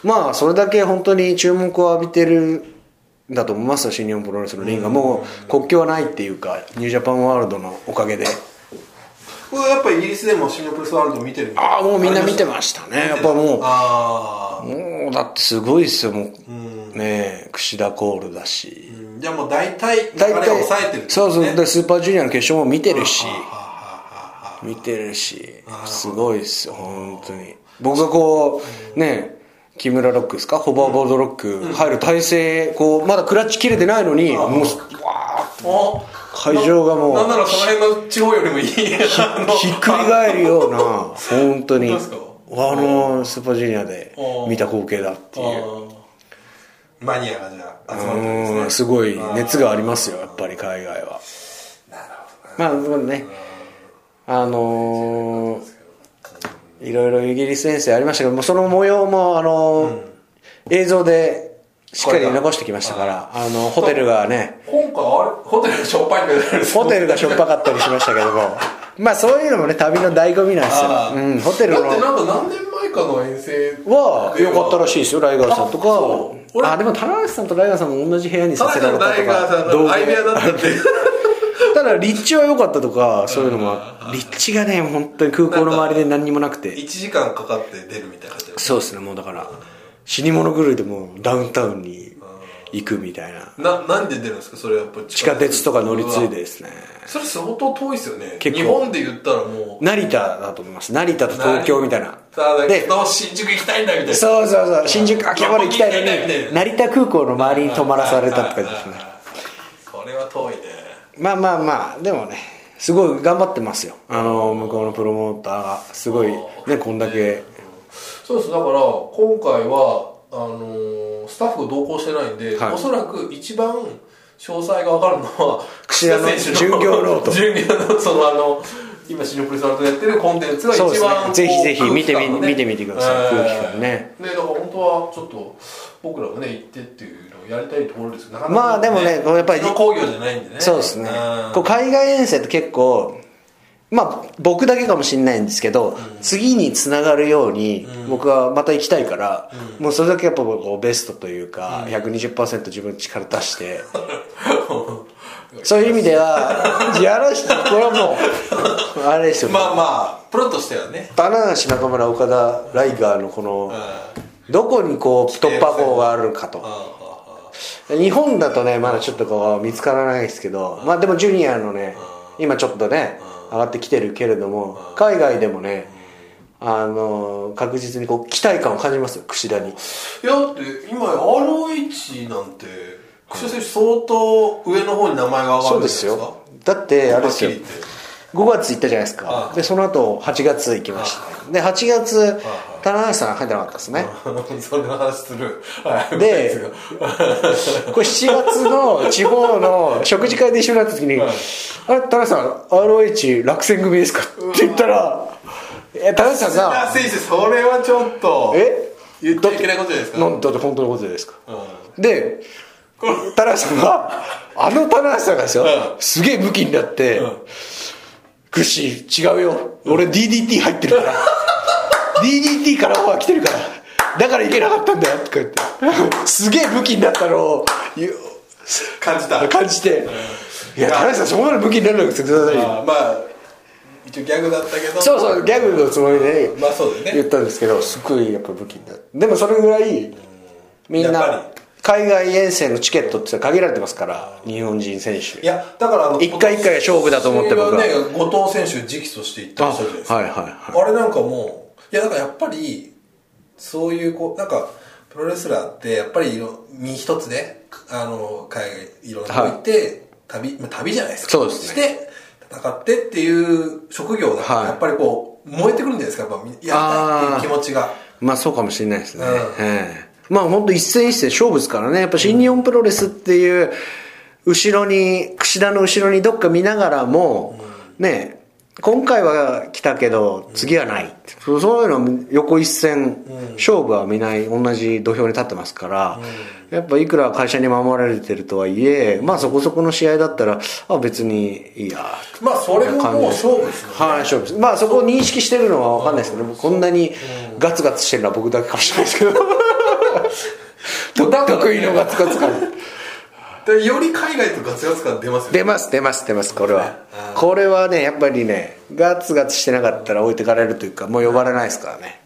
[SPEAKER 1] まあ、それだけ本当に注目を浴びてるんだと思いますよ、新日本プロレスのリングは。もう、国境はないっていうか、ニュージャパンワールドのおかげで。
[SPEAKER 2] これやっぱイギリスでも新日本プロレスワールド見てる
[SPEAKER 1] ああ、もうみんな見てましたね。やっぱもう、
[SPEAKER 2] ああ
[SPEAKER 1] もうだってすごいですよもう、
[SPEAKER 2] ん
[SPEAKER 1] ねえ櫛田コールだし、
[SPEAKER 2] じゃあもう大体
[SPEAKER 1] 大
[SPEAKER 2] あれを
[SPEAKER 1] 体
[SPEAKER 2] 抑えてるってこ
[SPEAKER 1] そう
[SPEAKER 2] と
[SPEAKER 1] そう
[SPEAKER 2] ね
[SPEAKER 1] でスーパージュニアの決勝も見てるし
[SPEAKER 2] はあはあはあはあ
[SPEAKER 1] 見てるしすごいですよ本当に僕がこうねえ木村ロックですかホバーボードロック入る体勢こうまだクラッチ切れてないのにもうわー
[SPEAKER 2] お
[SPEAKER 1] 会場がもう
[SPEAKER 2] ななんならその辺の地方よりもいいあの
[SPEAKER 1] ひっくり返るような 本当に
[SPEAKER 2] どう
[SPEAKER 1] あ
[SPEAKER 2] ですか
[SPEAKER 1] のスーパージュニアで見た光景だっていう
[SPEAKER 2] あマニアがじゃあ集まってるんです
[SPEAKER 1] う
[SPEAKER 2] ね
[SPEAKER 1] んすごい
[SPEAKER 2] あー
[SPEAKER 1] 熱がありますよやっぱり海外は
[SPEAKER 2] なるほどな
[SPEAKER 1] まあでもねあのーいろいろイギリス遠征ありましたけどもうその模様もあのー映像でしっかり残してきましたからあのホテルがね
[SPEAKER 2] 今回あれホテルがしょっぱいみたいな
[SPEAKER 1] ホテルがしょっぱかったりしましたけど もまあそういうのもね旅の醍醐味な
[SPEAKER 2] あ
[SPEAKER 1] んですよ、うん、
[SPEAKER 2] ー
[SPEAKER 1] ホテル
[SPEAKER 2] だって
[SPEAKER 1] の
[SPEAKER 2] なんか何年前かの遠征
[SPEAKER 1] は良かったらしいですよライガーさんと
[SPEAKER 2] あそう俺
[SPEAKER 1] かあでも棚橋さんとライガーさんも同じ部屋に
[SPEAKER 2] 田
[SPEAKER 1] させ
[SPEAKER 2] 中
[SPEAKER 1] ら
[SPEAKER 2] さ
[SPEAKER 1] れ
[SPEAKER 2] ん
[SPEAKER 1] たと
[SPEAKER 2] 大河さん
[SPEAKER 1] か
[SPEAKER 2] の
[SPEAKER 1] 道
[SPEAKER 2] 相部屋だったって
[SPEAKER 1] ただ立地は良かったとかそういうのもあ立地がね本当に空港の周りで何にもなくて
[SPEAKER 2] 1時間かかって出るみたいな感じだよ
[SPEAKER 1] そうですねもうだから死に物狂いでもうダウンタウンに行くみたいな
[SPEAKER 2] ななんで出るんですかそれやっぱ
[SPEAKER 1] 地下鉄とか乗り継いでですね
[SPEAKER 2] それ相当遠いですよね
[SPEAKER 1] 結構
[SPEAKER 2] 日本で言ったらもう
[SPEAKER 1] 成田だと思います成田と東京みたいな
[SPEAKER 2] さあだけ
[SPEAKER 1] で
[SPEAKER 2] ど新宿行きたいんだみたいな
[SPEAKER 1] そうそうそう新宿秋葉原行きたいのに成田空港の周りに泊まらされたって感じですね
[SPEAKER 2] これは遠いね
[SPEAKER 1] まあまあまあでもねすごい頑張ってますよあの向こうのプロモーターがすごいねこんだけ
[SPEAKER 2] そうですだから今回はあのースタッフが同行してないんで、
[SPEAKER 1] はい
[SPEAKER 2] おそらく一番詳細が分かるのは
[SPEAKER 1] 櫛田の巡業ロード
[SPEAKER 2] 巡業のそのあの今シノプリさんとやってるコンテンツが一
[SPEAKER 1] そうですね
[SPEAKER 2] 番こう
[SPEAKER 1] ぜひぜひ見てみ
[SPEAKER 2] 空気感が
[SPEAKER 1] 見てみてください
[SPEAKER 2] えー
[SPEAKER 1] 空気感ね
[SPEAKER 2] ねだから本当はちょっと僕らもね行ってっていうのをやりたいところですけどなかなか
[SPEAKER 1] まあでもねやっぱり
[SPEAKER 2] うちの工業じゃないんでね
[SPEAKER 1] そうですね
[SPEAKER 2] ん
[SPEAKER 1] こう海外遠征って結構まあ僕だけかもしれないんですけど、次につながるように僕はまた行きたいから、もうそれだけやっぱこうベストというか、120%自分の力出してそういう意味ではやらしてこれはもうあれですよ、
[SPEAKER 2] まあまあプロとしてはね
[SPEAKER 1] 棚橋中村岡田ライガーのこの、
[SPEAKER 2] うん
[SPEAKER 1] どこにこう突破口があるかと日本だとねまだちょっとこう見つからないですけどまあでもジュニアのね今ちょっとね上がってきてるけれども海外でもねあの確実にこう期待感を感じますよ櫛田に
[SPEAKER 2] いやだって今 ROH なんて櫛田選手相当上の方に名前が上が
[SPEAKER 1] そ
[SPEAKER 2] る
[SPEAKER 1] うんで
[SPEAKER 2] じ
[SPEAKER 1] す
[SPEAKER 2] ゃないか
[SPEAKER 1] よだってあれですよ
[SPEAKER 2] はっきり言って
[SPEAKER 1] 5月行ったじゃないですか
[SPEAKER 2] ああ
[SPEAKER 1] でその後8月行きましたで8月棚橋さん入ってなかったですね
[SPEAKER 2] そんな話するはい
[SPEAKER 1] で
[SPEAKER 2] そう
[SPEAKER 1] これ7月の地方の食事会で一緒になった時に「あれ田中さん ROH 落選組ですか?」って言ったらえ田中さん
[SPEAKER 2] ですよ櫛田
[SPEAKER 1] が
[SPEAKER 2] 選手それはちょっ
[SPEAKER 1] 「
[SPEAKER 2] と
[SPEAKER 1] え
[SPEAKER 2] 言っちゃいけないことじゃないですか
[SPEAKER 1] なんだって本当のことじゃないですか
[SPEAKER 2] う」
[SPEAKER 1] で田中さん があの田中さんがですよ
[SPEAKER 2] う
[SPEAKER 1] すげえ武器になって
[SPEAKER 2] ん
[SPEAKER 1] 「クッシー違うよ俺 DDT 入ってるから DDT からオファー来てるからだからいけなかったんだよ」とか言って すげえ武器になったのを言う
[SPEAKER 2] 感じた
[SPEAKER 1] 感じて、いや、田中さん、そこまで武器にならなくてくださいよ。
[SPEAKER 2] まあまあ一応ギャグだったけど
[SPEAKER 1] そうそう、ギャグのつもりで、
[SPEAKER 2] まあそうだよね
[SPEAKER 1] 言ったんですけど、すごいやっぱ武器になる。でもそれぐらい、みん
[SPEAKER 2] やっ
[SPEAKER 1] な
[SPEAKER 2] ぱ、
[SPEAKER 1] 海外遠征のチケットって限られてますから、日本人選手。
[SPEAKER 2] いやだからあの
[SPEAKER 1] 一回一回が勝負だと思って僕は
[SPEAKER 2] 今年ね後藤選手直訴していったりしたじゃないですか
[SPEAKER 1] あはいはい
[SPEAKER 2] あれなんかもういやだからやっぱりそういうこうなんかプロレスラーってやっぱりいろ身一つであの海外いろんなとこ行って、旅まあ旅じゃないですか
[SPEAKER 1] そうですね
[SPEAKER 2] して戦ってっていう職業だから、
[SPEAKER 1] はい
[SPEAKER 2] やっぱりこう燃えてくるんじゃないですかやっぱみやりたいっていう気持ちが
[SPEAKER 1] まあそうかもしれないですね。
[SPEAKER 2] うん
[SPEAKER 1] ええまあ本当一戦一戦勝負ですからね。やっぱ新日本プロレスっていう、後ろに、櫛田の後ろにどっか見ながらも、ねえ、今回は来たけど、次はない、そうそういうのは横一線、勝負は見ない、同じ土俵に立ってますから、やっぱいくら会社に守られてるとはいえ、まあそこそこの試合だったら、あ、別にいいや、
[SPEAKER 2] まあそれももう勝負ですよね
[SPEAKER 1] はい、勝負です。まあそこを認識してるのは分かんないですけど、こんなにガツガツしてるのは僕だけかもしれないで すけど。
[SPEAKER 2] だからね
[SPEAKER 1] 得意のガツガツ感。
[SPEAKER 2] でより海外とガツガツ感出ますよね
[SPEAKER 1] 出ます、出ます、出ます、これは。これはね、やっぱりね、ガツガツしてなかったら置いてかれるというか、もう呼ばれないですからね。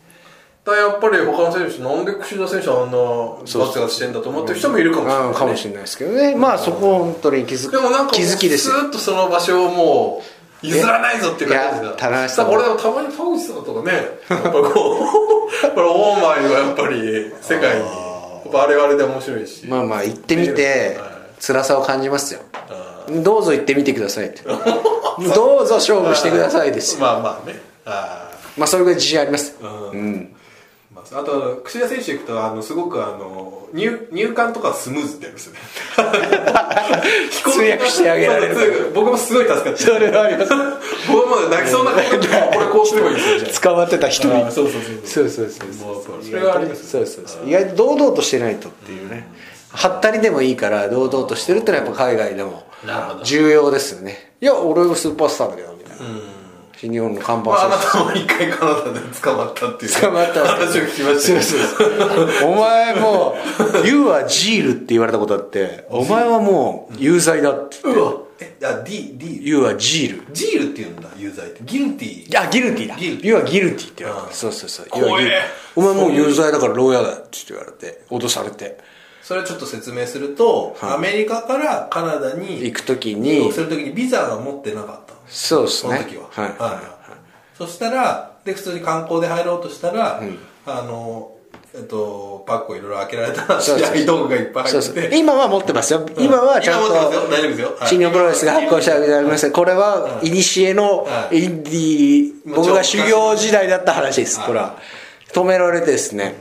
[SPEAKER 2] だからやっぱり他の選手なんで櫛田選手あんなガツガツしてんだと思ってる人もいるかもしれない、
[SPEAKER 1] うん、かもしれないですけどね。まあそこは本当に気づ
[SPEAKER 2] でもなんか
[SPEAKER 1] 気づきです
[SPEAKER 2] ス
[SPEAKER 1] よ。
[SPEAKER 2] ーッとその場所をもう譲らないぞっていう感じ
[SPEAKER 1] い
[SPEAKER 2] で
[SPEAKER 1] や
[SPEAKER 2] す
[SPEAKER 1] 田中さん
[SPEAKER 2] これたまにパウチさんとかねやっぱこう これオーマイはやっぱり世界にやっぱあれはあれで面白いし、
[SPEAKER 1] まあまあ行ってみて辛さを感じますよどうぞ行ってみてくだ さいってどうぞ勝負してくださいですよ
[SPEAKER 2] まあまあねあ
[SPEAKER 1] まあそれぐらい自信あります
[SPEAKER 2] ーうん、まあなんですあと櫛田選手行くとあのすごくあの入入管とかスムーズってやるんですよね飛
[SPEAKER 1] 通訳してあげられる
[SPEAKER 2] そうです僕もすごい助かって
[SPEAKER 1] それはあります
[SPEAKER 2] 僕も泣きそうなことでこれこうすればいいですよじゃ
[SPEAKER 1] 捕まってた人
[SPEAKER 2] あ
[SPEAKER 1] に
[SPEAKER 2] あそうそうそ
[SPEAKER 1] そう
[SPEAKER 2] うそう
[SPEAKER 1] そうそう
[SPEAKER 2] もうそう
[SPEAKER 1] 意
[SPEAKER 2] そ
[SPEAKER 1] 外
[SPEAKER 2] れ
[SPEAKER 1] と
[SPEAKER 2] はあります
[SPEAKER 1] そうそうそう意外と堂々としてないとっていうねはったりでもいいから堂々としてるってのはやっぱ海外でも
[SPEAKER 2] なるほど
[SPEAKER 1] 重要ですよねいや俺もスーパースターだけどみたいな新日本の看
[SPEAKER 2] まあ、あ
[SPEAKER 1] 板
[SPEAKER 2] なたも一回カナダで捕まったっていう
[SPEAKER 1] 捕まったんです
[SPEAKER 2] 話を聞きましたけど
[SPEAKER 1] 選手お前もう「You are ジール」って言われたことあってお前はもう有罪だって
[SPEAKER 2] うわえあ D
[SPEAKER 1] 「
[SPEAKER 2] D
[SPEAKER 1] You are ジール」
[SPEAKER 2] ジールって言うんだ有罪ってギルティ
[SPEAKER 1] いや、ギルティだ。
[SPEAKER 2] ギルティ
[SPEAKER 1] 要はギルティって言われて。そうそうそう。要は
[SPEAKER 2] 怖え
[SPEAKER 1] ギルティお前もう有罪だから牢屋だって言われて、脅されて。
[SPEAKER 2] それをちょっと説明すると、
[SPEAKER 1] はい
[SPEAKER 2] アメリカからカナダに
[SPEAKER 1] 行くとき
[SPEAKER 2] 移動
[SPEAKER 1] に
[SPEAKER 2] す、るときにビザが持ってなかったの
[SPEAKER 1] そうです
[SPEAKER 2] そ
[SPEAKER 1] ね。
[SPEAKER 2] の時は、
[SPEAKER 1] はい。
[SPEAKER 2] いそしたらで普通に観光で入ろうとしたら、あのえっとパックをいろいろ開けられたら
[SPEAKER 1] そう
[SPEAKER 2] 試
[SPEAKER 1] そうそう
[SPEAKER 2] 合道具がいっぱい
[SPEAKER 1] そ
[SPEAKER 2] 入
[SPEAKER 1] う
[SPEAKER 2] って
[SPEAKER 1] そう。今は持ってますよ。今はちゃん
[SPEAKER 2] 今持ってますよ大丈夫ですよは
[SPEAKER 1] と、
[SPEAKER 2] い
[SPEAKER 1] 新日本プロレスが発行したわけじゃありません。これは、いにしえの
[SPEAKER 2] は、い
[SPEAKER 1] インディー、僕が修行時代だった話です。
[SPEAKER 2] はい
[SPEAKER 1] これは。止められてですね。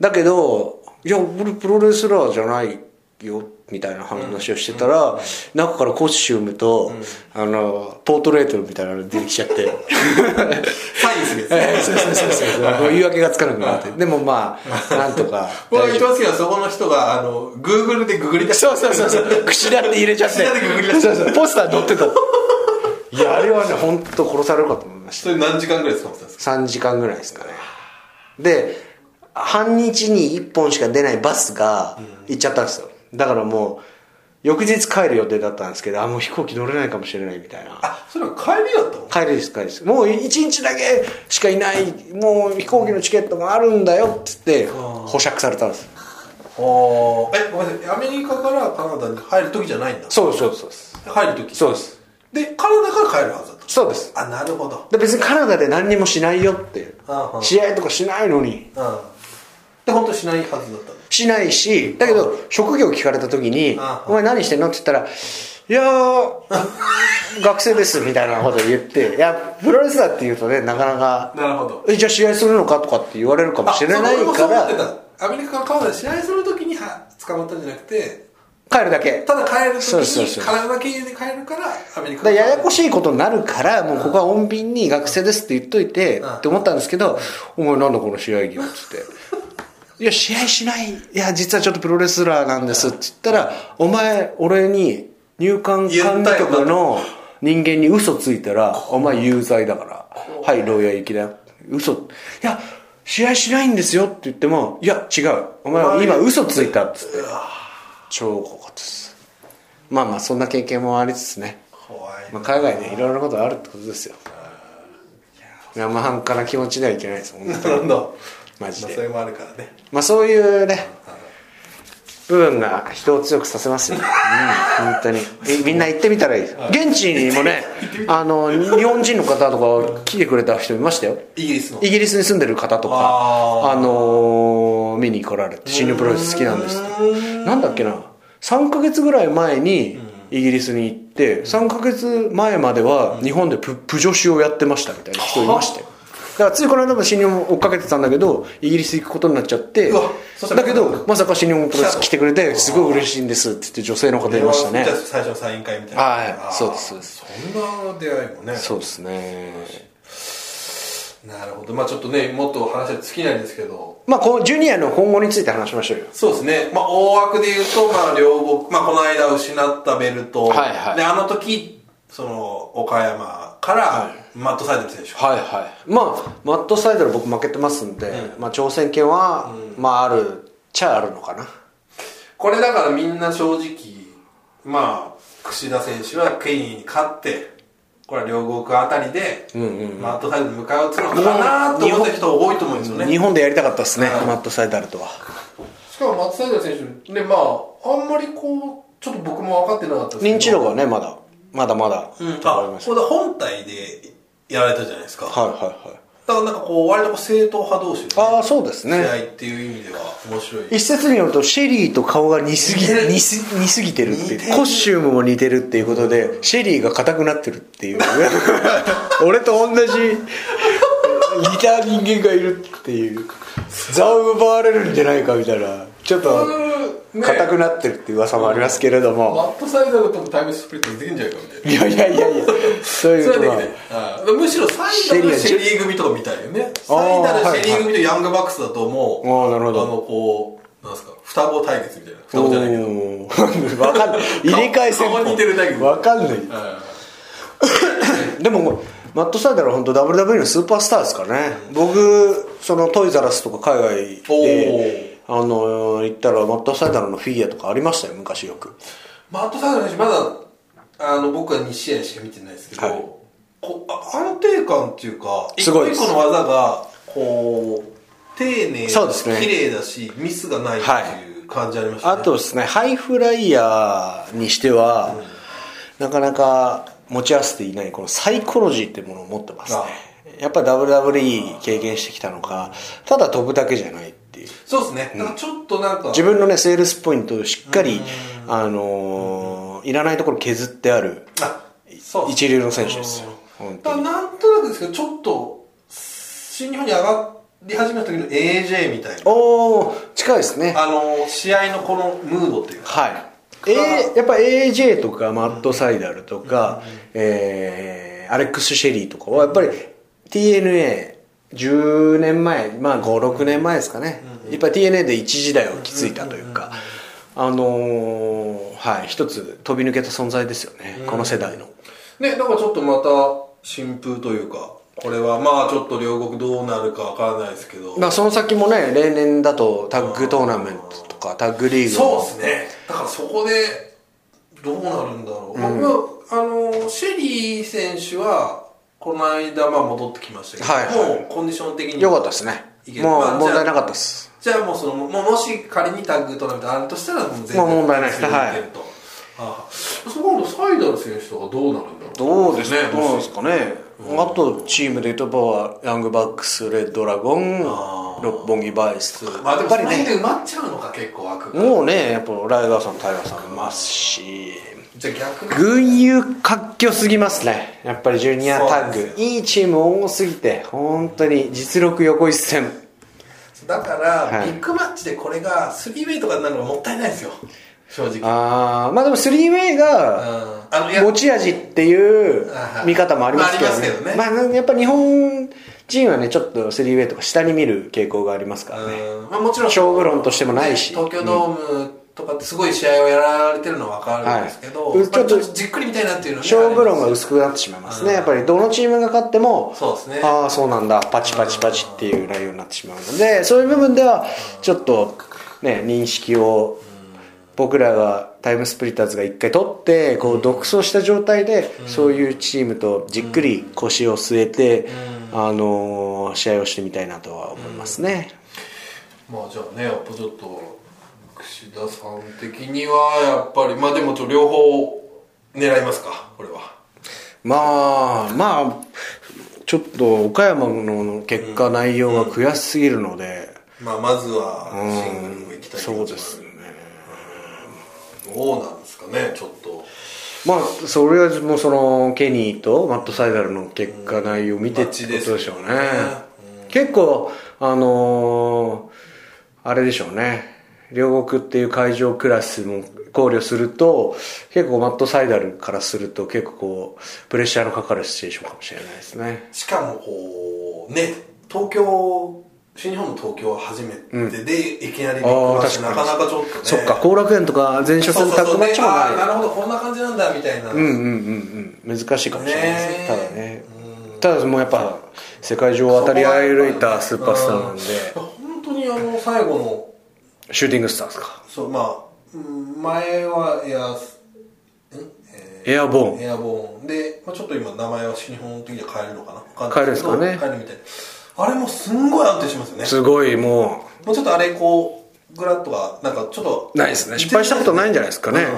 [SPEAKER 1] だけど、いや、俺プロレスラーじゃないよ、みたいな話をしてたら、中からコスチュームと、あの、ポートレートみたいなの出てきちゃ って。
[SPEAKER 2] サインするやつ
[SPEAKER 1] ええそうそうそうそうそう。言い訳がつかなくなって。でもまあ、なんとか。
[SPEAKER 2] 僕が一番好きなのはそこの人があのグーグルでググり出し
[SPEAKER 1] そうそうそうそう。口だって入れちゃって。
[SPEAKER 2] 口だってググり出し
[SPEAKER 1] そうそう。ポスター載ってた。いや、あれはね、本当殺されるかと思いました
[SPEAKER 2] そ。れ何時間ぐらい使ってたんですか
[SPEAKER 1] 3時間ぐらいですかね。で、半日に1本しか出ないバスが行っちゃったんですよ。だからもう、翌日帰る予定だったんですけど、あ、もう飛行機乗れないかもしれないみたいな。
[SPEAKER 2] あそれは帰りだったの
[SPEAKER 1] 帰りです帰りですもう一日だけしかいないもう飛行機のチケットもあるんだよっつって保釈されたんです
[SPEAKER 2] おえごめんなさいアメリカからカナダに入る時じゃないんだ
[SPEAKER 1] そうですそうですそうです
[SPEAKER 2] 入る時
[SPEAKER 1] そうです
[SPEAKER 2] でカナダから帰るはずだっ
[SPEAKER 1] そうです
[SPEAKER 2] たあなるほど
[SPEAKER 1] で別にカナダで何にもしないよって
[SPEAKER 2] あはあ
[SPEAKER 1] 試合とかしないのに
[SPEAKER 2] うんで本当しないはずだったの
[SPEAKER 1] しないしだけど職業聞かれた時に
[SPEAKER 2] あ
[SPEAKER 1] 「お前何してんの?」って言ったら「いや ー学生です」みたいなこと言っていやプロレスラーって言うとねなかなか
[SPEAKER 2] なるほど
[SPEAKER 1] 「えじゃあ試合するのか?」とかって言われるかもしれない
[SPEAKER 2] あ
[SPEAKER 1] か
[SPEAKER 2] そう俺もそう
[SPEAKER 1] ら
[SPEAKER 2] 思ってたアメリカからカナダで試合するときには捕まったんじゃなくて
[SPEAKER 1] 帰るだけ
[SPEAKER 2] ただ帰るとき
[SPEAKER 1] そうそうそう
[SPEAKER 2] にカナダ経由で帰るからアメリカ
[SPEAKER 1] だからややこ
[SPEAKER 2] しい
[SPEAKER 1] しいことになるから、もうここは穏便に学生ですって言っといて、
[SPEAKER 2] うん
[SPEAKER 1] って思ったんですけど、お前なんだこの試合着は、つって。いや、試合しない。いや、実はちょっとプロレスラーなんですって言ったら、お前、俺に入管管理局の人間に嘘ついたら、お前有罪だから。はい、牢屋行きだよ。嘘。いや、試合しないんですよって言っても、いや、違う。お前は今嘘ついたっつって。超怖かったです。まあまあ、そんな経験もありつつね。
[SPEAKER 2] 怖い
[SPEAKER 1] まあ、海外ねいろいろなことがあるってことですよ生半可な気持ちではいけないです本当に
[SPEAKER 2] なるほど
[SPEAKER 1] マジで
[SPEAKER 2] まあそれもあるからね
[SPEAKER 1] まあそういうね部分が人を強くさせますよ、うん、本当にみみんな行ってみたらいいです現地にもねあの日本人の方とか来てくれた人いましたよ
[SPEAKER 2] イギリスの
[SPEAKER 1] イギリスに住んでる方とか
[SPEAKER 2] あ
[SPEAKER 1] あのー見に来られて新日本プロレス好きなんですってなんだっけな3ヶ月ぐらい前にイギリスに行って3ヶ月前までは日本でププ女子をやってましたみたいな人いましたよだからついこの間も新日本追っかけてたんだけどイギリス行くことになっちゃって
[SPEAKER 2] うわそしたら
[SPEAKER 1] だけどまさか新日本プロレス来てくれてすごい嬉しいんですって言って女性の方いましたね
[SPEAKER 2] じゃあ最初のサイン会みたいな
[SPEAKER 1] はい
[SPEAKER 2] あー
[SPEAKER 1] そうですそうです
[SPEAKER 2] そんな出会いもね
[SPEAKER 1] そうですね
[SPEAKER 2] なるほどまあちょっとねもっと話は尽きないんですけど
[SPEAKER 1] まあこうジュニアの今後について話しましょうよ
[SPEAKER 2] そうですね、まあ、大枠で言うと、まあ、両国、まあ、この間失ったベルト、
[SPEAKER 1] はいはい
[SPEAKER 2] であの時その岡山から、マット・サイドル選手、
[SPEAKER 1] はいはいまあマットサイドル僕負けてますんで、まあ、挑戦権は、まああるっちゃあるのかな
[SPEAKER 2] これだからみんな正直、まあ、櫛田選手はケニーに勝って、これは両国あたりで、マット・サイドルに向かうっていうのかなと思った人多いと思うんですよね。
[SPEAKER 1] 日本でやりたかったですね、
[SPEAKER 2] はい
[SPEAKER 1] マットサイドルとは
[SPEAKER 2] しかもマット・サイドル選手、ね、まあ、あんまりこう、ちょっと僕も分かってなかったですけど
[SPEAKER 1] 認知度がねまだまだまだ、
[SPEAKER 2] うん、
[SPEAKER 1] とかあり
[SPEAKER 2] あ
[SPEAKER 1] ま、した
[SPEAKER 2] これ本体でやられたじゃないですか。
[SPEAKER 1] はいはいはい
[SPEAKER 2] だからなんかこう割とこう正統派同士の
[SPEAKER 1] ああそうです
[SPEAKER 2] 試
[SPEAKER 1] ね
[SPEAKER 2] 合っていう意味では面白い
[SPEAKER 1] 一説によるとシェリーと顔が似すぎ
[SPEAKER 2] 似てる
[SPEAKER 1] 似す似すぎてるって
[SPEAKER 2] 似て
[SPEAKER 1] いう
[SPEAKER 2] る
[SPEAKER 1] コスチュームも似てるっていうこと でシェリーが硬くなってるっていう俺と同じ似た人間がいるっていう座を奪われるんじゃないかみたいなちょっと
[SPEAKER 2] ね
[SPEAKER 1] 硬くなってるっていう噂もありますけれど
[SPEAKER 2] マ
[SPEAKER 1] も、
[SPEAKER 2] ットサイダルとのタイムスプリットできんじゃないかみたいない
[SPEAKER 1] やいやいやいやそういう
[SPEAKER 2] そ
[SPEAKER 1] こと
[SPEAKER 2] れ
[SPEAKER 1] は
[SPEAKER 2] はできないうんむしろサイダルシェリー組とか見たいよねサイダルシェリー組とヤングバックスだともう
[SPEAKER 1] あーなるほど
[SPEAKER 2] あのこうなんですか双子対決みたいな双子じゃないけど
[SPEAKER 1] おー わかんない入れ替え戦
[SPEAKER 2] 顔似てるだけ
[SPEAKER 1] わかんないでもマット・サイダルは本当 WWE のスーパースターですからね僕そのトイザラスとか海外であの行ったらマット・サイダルのフィギュアとかありましたよ昔よく
[SPEAKER 2] マットサイダル選手まだあの僕は2試合しか見てないですけど、
[SPEAKER 1] はい
[SPEAKER 2] こあ安定感っていうか
[SPEAKER 1] すごいです
[SPEAKER 2] 一個一個の技がこう丁寧
[SPEAKER 1] そうですね
[SPEAKER 2] 綺麗だしミスがないっていう感じありましたね、
[SPEAKER 1] あとですねハイフライヤーにしては、なかなか持ち合わせていないこのサイコロジーってものを持ってますね
[SPEAKER 2] あ
[SPEAKER 1] やっぱ WWE 経験してきたのかただ飛ぶだけじゃないっていう
[SPEAKER 2] そうですねなんかちょっとなんか、
[SPEAKER 1] 自分のねセールスポイントをしっかり、あのーいらないところ削ってある
[SPEAKER 2] あそう
[SPEAKER 1] 一流の選手ですよ
[SPEAKER 2] うん
[SPEAKER 1] 本当に
[SPEAKER 2] だからなんとなくですけどちょっと新日本に上がり始めた時の AJ みたいな
[SPEAKER 1] おお近いですね
[SPEAKER 2] あの試合のこのムードっていうか
[SPEAKER 1] はいえーやっぱ AJ とかマット・サイダルとか、えーアレックス・シェリーとかはやっぱり TNA10 年前まあ56年前ですかね、やっぱり TNA で一時代を築いたというか、あのーはい一つ飛び抜けた存在ですよね、この世代の
[SPEAKER 2] ね、なんかちょっとまた新風というか、これはまあちょっと両国どうなるかわからないですけど。
[SPEAKER 1] まあその先もね例年だとタッグトーナメントとかタッグリーグ
[SPEAKER 2] そう
[SPEAKER 1] も
[SPEAKER 2] ですね。だからそこでどうなるんだろう。僕は、あの、シェリー選手は、この間、まあ戻ってきましたけど、
[SPEAKER 1] はいはい
[SPEAKER 2] もうコンディション的に。
[SPEAKER 1] よかったですね
[SPEAKER 2] いける
[SPEAKER 1] も
[SPEAKER 2] まあ
[SPEAKER 1] う問題なかったです
[SPEAKER 2] じゃあもうその、もうもし仮にタッグトーナメントあるとしたら、もう全然
[SPEAKER 1] まあ問題ないですねはい
[SPEAKER 2] いけると。ああそこのサイダル選手とかどうなるんだろ
[SPEAKER 1] ど
[SPEAKER 2] う。
[SPEAKER 1] うですかね、あとチームで言うとはヤングバックスレッドドラゴン
[SPEAKER 2] あー
[SPEAKER 1] 六本木バイスとか、
[SPEAKER 2] まあ
[SPEAKER 1] や
[SPEAKER 2] でも
[SPEAKER 1] っ
[SPEAKER 2] そ
[SPEAKER 1] ぱ
[SPEAKER 2] の
[SPEAKER 1] り
[SPEAKER 2] 辺
[SPEAKER 1] ね
[SPEAKER 2] で埋まっちゃうのか、結構枠が。
[SPEAKER 1] もうねやっぱライガーさんタイガーさんいますし
[SPEAKER 2] じゃあ逆に。
[SPEAKER 1] 群雄割拠すぎますねやっぱりジュニアタ
[SPEAKER 2] そうで
[SPEAKER 1] ッ
[SPEAKER 2] す
[SPEAKER 1] グいいチーム多すぎて本当に実力横一線
[SPEAKER 2] だから、
[SPEAKER 1] はい
[SPEAKER 2] ビッグマッチでこれが 3way とかになるのがもったいないですよ正直うん
[SPEAKER 1] あーまあでも 3way が、
[SPEAKER 2] あのいや
[SPEAKER 1] 持ち味っていう見方もありますけど
[SPEAKER 2] まああ
[SPEAKER 1] ね
[SPEAKER 2] りますけどね
[SPEAKER 1] まあやっぱ日本人はねちょっと 3way とか下に見る傾向がありますからね
[SPEAKER 2] うんまあ、もちろん
[SPEAKER 1] 勝負論としてもないし
[SPEAKER 2] 東京ドームとかってすごい試合をやられてるのは分かるんですけど、
[SPEAKER 1] はい
[SPEAKER 2] やっぱり
[SPEAKER 1] ち
[SPEAKER 2] ち
[SPEAKER 1] ょ
[SPEAKER 2] ょ
[SPEAKER 1] っ
[SPEAKER 2] っ
[SPEAKER 1] と
[SPEAKER 2] とじっくり見たいなっていうのはね
[SPEAKER 1] 勝負論が
[SPEAKER 2] あります
[SPEAKER 1] 薄くなってしまいますね、
[SPEAKER 2] うん
[SPEAKER 1] やっぱりどのチームが勝っても
[SPEAKER 2] そうですね
[SPEAKER 1] ああそうなんだパチパチパチっていう内容になってしまうのでそういう部分ではちょっとね認識を僕らがタイムスプリッターズが一回取ってこう独走した状態でそういうチームとじっくり腰を据えてあのー試合をしてみたいなとは思いますね。
[SPEAKER 2] まあじゃあねやっぱちょっと櫛田さん的にはやっぱりまあでもちょっと両方狙いますかこれは
[SPEAKER 1] まあまあちょっと岡山の結果内容が悔しすぎるので、
[SPEAKER 2] まあまずはシングルも行きたい気持ちもあ
[SPEAKER 1] そ
[SPEAKER 2] る
[SPEAKER 1] うですね
[SPEAKER 2] どうなんですかねちょっと
[SPEAKER 1] まあそれはもうそのケニーとマット・サイダルの結果内容を見てってことでしょうね、結構あのーあれでしょうね両国っていう会場クラスも考慮すると結構マット・サイダルからすると結構こうプレッシャーのかかるシチュエーションかもしれないですね
[SPEAKER 2] しかもこうね東京新日本の東京は初めてで、いきなりビッグマッチなかなかちょっとね
[SPEAKER 1] そっか後楽園とか前
[SPEAKER 2] そ
[SPEAKER 1] 哨
[SPEAKER 2] う
[SPEAKER 1] 戦
[SPEAKER 2] そうそう
[SPEAKER 1] タッグマッチもない
[SPEAKER 2] あーなるほどこんな感じなんだみたい
[SPEAKER 1] う
[SPEAKER 2] な、
[SPEAKER 1] んうんうんうん難しいかもしれないですね
[SPEAKER 2] ね
[SPEAKER 1] ただねただもうやっぱ世界中を渡り歩いたスーパースターなんで
[SPEAKER 2] 本当にあの最後の
[SPEAKER 1] シューティングスターですか
[SPEAKER 2] そうまあうん前はエアスんえ
[SPEAKER 1] エアボーン
[SPEAKER 2] エアボーンで、まあ、ちょっと今名前は新日本的には変えるのかな
[SPEAKER 1] 変えるんですかね
[SPEAKER 2] 変えるみたいあれもすんごい安定しますよね
[SPEAKER 1] すごいも
[SPEAKER 2] もうちょっとあれこうグラッとはなんかちょっと
[SPEAKER 1] うないですね失敗したことないんじゃないですかね
[SPEAKER 2] うん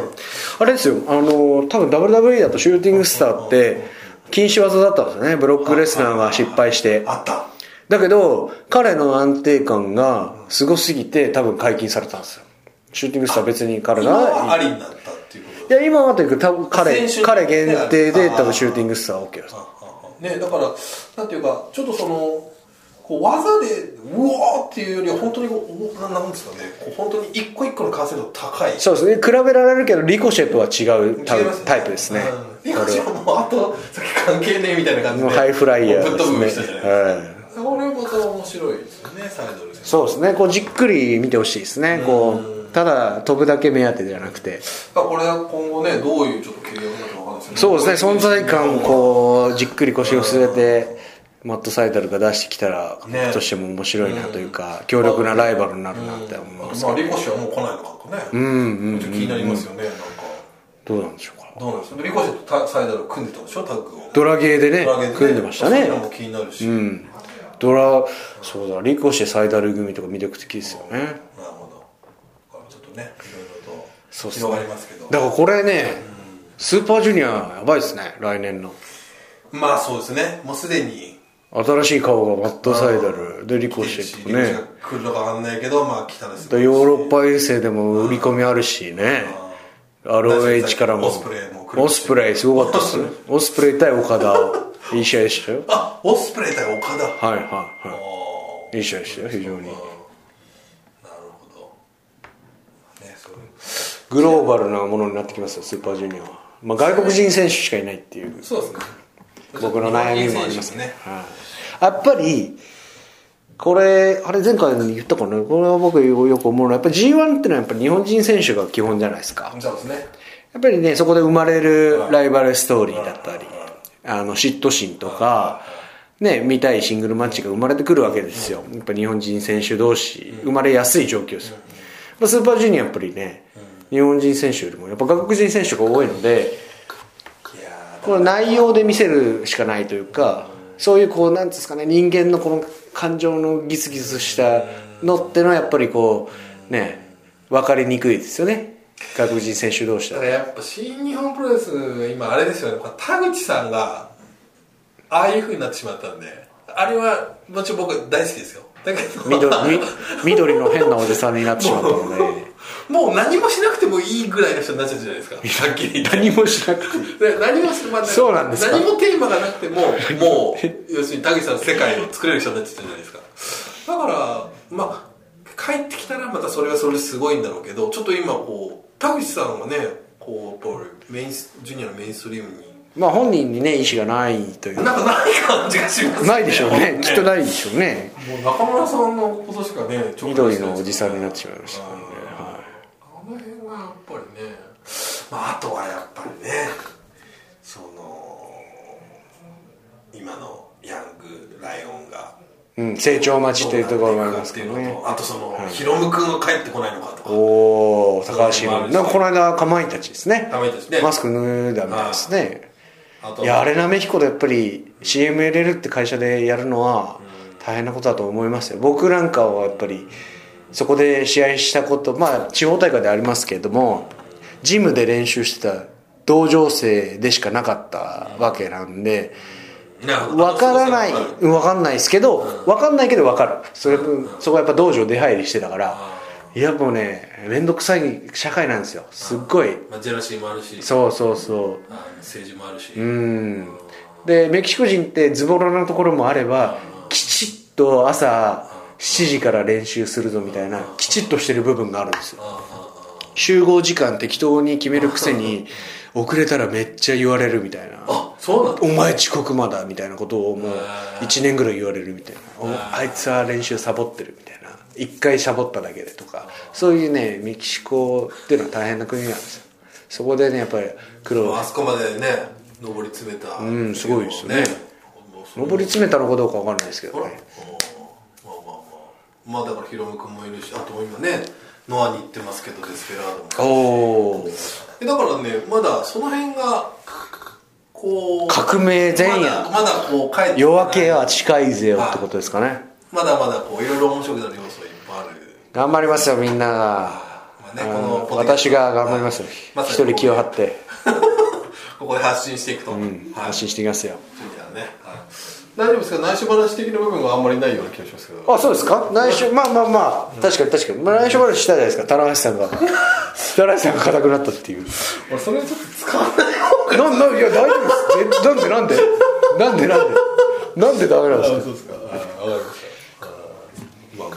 [SPEAKER 1] あれですよあの多分 WWE だとシューティングスターって禁止技だったんですよねブロックレスラーが失敗して
[SPEAKER 2] あった
[SPEAKER 1] だけど彼の安定感がすごすぎて多分解禁されたんですよシューティングスター別に彼
[SPEAKER 2] 今はあ
[SPEAKER 1] が
[SPEAKER 2] りになったっていうこと
[SPEAKER 1] いや今はというか多分彼
[SPEAKER 2] 先週
[SPEAKER 1] 彼限定で
[SPEAKER 2] あー
[SPEAKER 1] 多分シューティングスターは OK です
[SPEAKER 2] あああねだからなんていうかちょっとそのこう技でうおーっていうよりは本当にこうおななんですかねこう本当に一個一個の完成度高い
[SPEAKER 1] そうですね比べられるけどリコシェとは違うタ
[SPEAKER 2] 違います
[SPEAKER 1] イ
[SPEAKER 2] よ
[SPEAKER 1] タイプですね
[SPEAKER 2] うん、今ちもうあと先関係ねえみたいな感じで
[SPEAKER 1] もうハイフライヤ
[SPEAKER 2] ぶっ飛
[SPEAKER 1] ー
[SPEAKER 2] ぶ
[SPEAKER 1] で
[SPEAKER 2] 人
[SPEAKER 1] す
[SPEAKER 2] じゃ
[SPEAKER 1] ね
[SPEAKER 2] ない、
[SPEAKER 1] はい
[SPEAKER 2] これもまた面白いですよねサイドル選
[SPEAKER 1] そうですねこうじっくり見てほしいですねこうただ飛ぶだけ目当てじゃなくて
[SPEAKER 2] 手これは今後ねどういうちょっと契約になるかわかんないですけど
[SPEAKER 1] そうですね存在感をこうじっくり腰を据えてマット・サイダルが出してきたら
[SPEAKER 2] ね
[SPEAKER 1] 僕としても面白いなというか強力なライバルになるなって思い
[SPEAKER 2] あ
[SPEAKER 1] ま
[SPEAKER 2] と
[SPEAKER 1] す
[SPEAKER 2] まあリコシェはもう来ないのかとかね
[SPEAKER 1] んうん
[SPEAKER 2] ちょっと気になりますよねなんか
[SPEAKER 1] どうなんでしょうか
[SPEAKER 2] どうなんですかリコシェとタサイドル組んでたんでしょタッグを
[SPEAKER 1] ドラゲーでね
[SPEAKER 2] ドラゲー
[SPEAKER 1] 組んでました
[SPEAKER 2] そうい
[SPEAKER 1] ね
[SPEAKER 2] うのも気になるし、
[SPEAKER 1] うんドラそうだリコシェサイダル組とか魅力的ですよね
[SPEAKER 2] なるほどこれちょっとねいろいろ
[SPEAKER 1] そ
[SPEAKER 2] と
[SPEAKER 1] うっすね
[SPEAKER 2] 広がりますけど
[SPEAKER 1] だからこれねスーパージュニアやばいですね来年の
[SPEAKER 2] まあそうですねもうすでに
[SPEAKER 1] 新しい顔がマット・サイダルでリコシェとか
[SPEAKER 2] リコシ
[SPEAKER 1] ね
[SPEAKER 2] ェが来るのかわかんないけどまあ来たらす
[SPEAKER 1] ヨーロッパ遠征でも売り込みあるしね ROH からも
[SPEAKER 2] オスプレイも来るし
[SPEAKER 1] オスプレイすごかったっすねオスプレイ対岡田いい試合でしたよ
[SPEAKER 2] あオスプレイ対岡田
[SPEAKER 1] はいはいはいいい試合でしたよ非常に
[SPEAKER 2] なるほどねそう
[SPEAKER 1] グローバルなものになってきますよスーパージュニアは、まあ、外国人選手しかいないっていう
[SPEAKER 2] そうですね
[SPEAKER 1] 僕の悩みもありますね
[SPEAKER 2] ね、
[SPEAKER 1] はい、やっぱりこれあれ前回言ったかなこれは僕よく思うのはやっぱり G1 ってのはやっぱり日本人選手が基本じゃないですか
[SPEAKER 2] そうですね
[SPEAKER 1] やっぱりね、そこで生まれるライバルストーリーだったり、あの、嫉妬心とか、ね、見たいシングルマッチが生まれてくるわけですよ。やっぱ日本人選手同士、生まれやすい状況ですよ。まあスーパージュニアやっぱりね、日本人選手よりも、やっぱ外国人選手が多いので、
[SPEAKER 2] いや
[SPEAKER 1] この内容で見せるしかないというか、そういうこう、なんていうんですかね、人間のこの感情のギスギスしたのってのはやっぱりこう、ね、分かりにくいですよね。外国人選手同士
[SPEAKER 2] ー
[SPEAKER 1] だ
[SPEAKER 2] だ
[SPEAKER 1] と
[SPEAKER 2] からやっぱ新日本プロレス今あれですよね田口さんがああいうふうになってしまったんであれはもちろん僕大好きですよだけど
[SPEAKER 1] 緑み緑の変なおじさんになってしまったので
[SPEAKER 2] もう何もしなくてもいいぐらいの人になっちゃうじゃないで すかさっき言った
[SPEAKER 1] 何もしなくていい
[SPEAKER 2] で何もするまで
[SPEAKER 1] そうなんですか
[SPEAKER 2] 何もテーマがなく てももう要するに田口さんの世界を作れる人になっちゃったじゃないですかだからまあ帰ってきたらまたそれはそれですごいんだろうけどちょっと今こう田口さんがねこうやっぱりメインスジュニアのメインストリームに
[SPEAKER 1] まあ本人にね意思がないという
[SPEAKER 2] なんかない感じがしますね
[SPEAKER 1] ないでしょうねきっとないでしょうね
[SPEAKER 2] もう中村さんのことしかね直接
[SPEAKER 1] 緑のおじさんになってしまいましたねは
[SPEAKER 2] あの辺がやっぱりね、まあ、あとはやっぱりねその今のヤングライオンが
[SPEAKER 1] いうん、成長待ちというところもあります
[SPEAKER 2] って
[SPEAKER 1] け
[SPEAKER 2] いう
[SPEAKER 1] ど
[SPEAKER 2] の
[SPEAKER 1] ね
[SPEAKER 2] とあとその、ヒロム君が帰ってこないのかとか
[SPEAKER 1] おお高橋のなんかこの間かまいたちですね
[SPEAKER 2] かまいたちね
[SPEAKER 1] マスク脱いだみたいですね
[SPEAKER 2] あと
[SPEAKER 1] いやあれなめひこでやっぱり CMLL って会社でやるのは大変なことだと思いますよ僕なんかはやっぱりそこで試合したことまあ地方大会でありますけれどもジムで練習してた同情生でしかなかったわけなんで
[SPEAKER 2] わ
[SPEAKER 1] 分からない分かんないですけど分かんないけど分かるそれそこはやっぱ道場出入りしてたからいやもうね面倒くさい社会なんですよすっごい
[SPEAKER 2] まあ、ジェラシーもあるし
[SPEAKER 1] そうそうそう
[SPEAKER 2] あの政治もあるし、
[SPEAKER 1] うんでメキシコ人ってズボラなところもあればきちっと朝7時から練習するぞみたいなきちっとしてる部分があるんですよ集合時間適当に決めるくせに遅れたらめっちゃ言われるみたいな
[SPEAKER 2] あそうなんだ
[SPEAKER 1] お前遅刻まだみたいなことをもう1年ぐらい言われるみたいなおあいつは練習サボってるみたいな1回サボっただけでとかそういうねメキシコっていうのは大変な国なんですよそこでねやっぱり苦労
[SPEAKER 2] あそこまでね上り詰めた
[SPEAKER 1] んすごいですね
[SPEAKER 2] もうそ
[SPEAKER 1] 上り詰めたのかどうかわかんないですけ
[SPEAKER 2] ほ
[SPEAKER 1] ど
[SPEAKER 2] ら、
[SPEAKER 1] ね
[SPEAKER 2] まあまあまあまあだからヒロム君もいるしあと今ねノアに行ってますけどデスペラードも
[SPEAKER 1] おお
[SPEAKER 2] えだからねまだその辺がこう
[SPEAKER 1] 革命前夜
[SPEAKER 2] まだまだこう帰って
[SPEAKER 1] 夜明けは近いぜよってことですかね
[SPEAKER 2] まだまだこういろいろ面白くなる要素がいっぱいある
[SPEAKER 1] 頑張りますよみんなが
[SPEAKER 2] まあねこのポッドキャス
[SPEAKER 1] 私
[SPEAKER 2] ト
[SPEAKER 1] が頑張りますよ
[SPEAKER 2] ま
[SPEAKER 1] 一
[SPEAKER 2] さに
[SPEAKER 1] 人気を張って
[SPEAKER 2] ここで発信していくと、はい
[SPEAKER 1] 発信していきますよ
[SPEAKER 2] そうだね、はい大丈夫ですか内緒話的な部分はあんまりないような気がしますけど
[SPEAKER 1] あそうですか内緒まあまあまあ確かに確かにまあ内緒話したじゃないですか棚橋さ んが棚橋さんが硬くなったっていう
[SPEAKER 2] 俺それちょっと使わない方が
[SPEAKER 1] なんなんいや大丈夫ですえなんでなんでなんでなんでなんでダメなんですか
[SPEAKER 2] そうですかあわか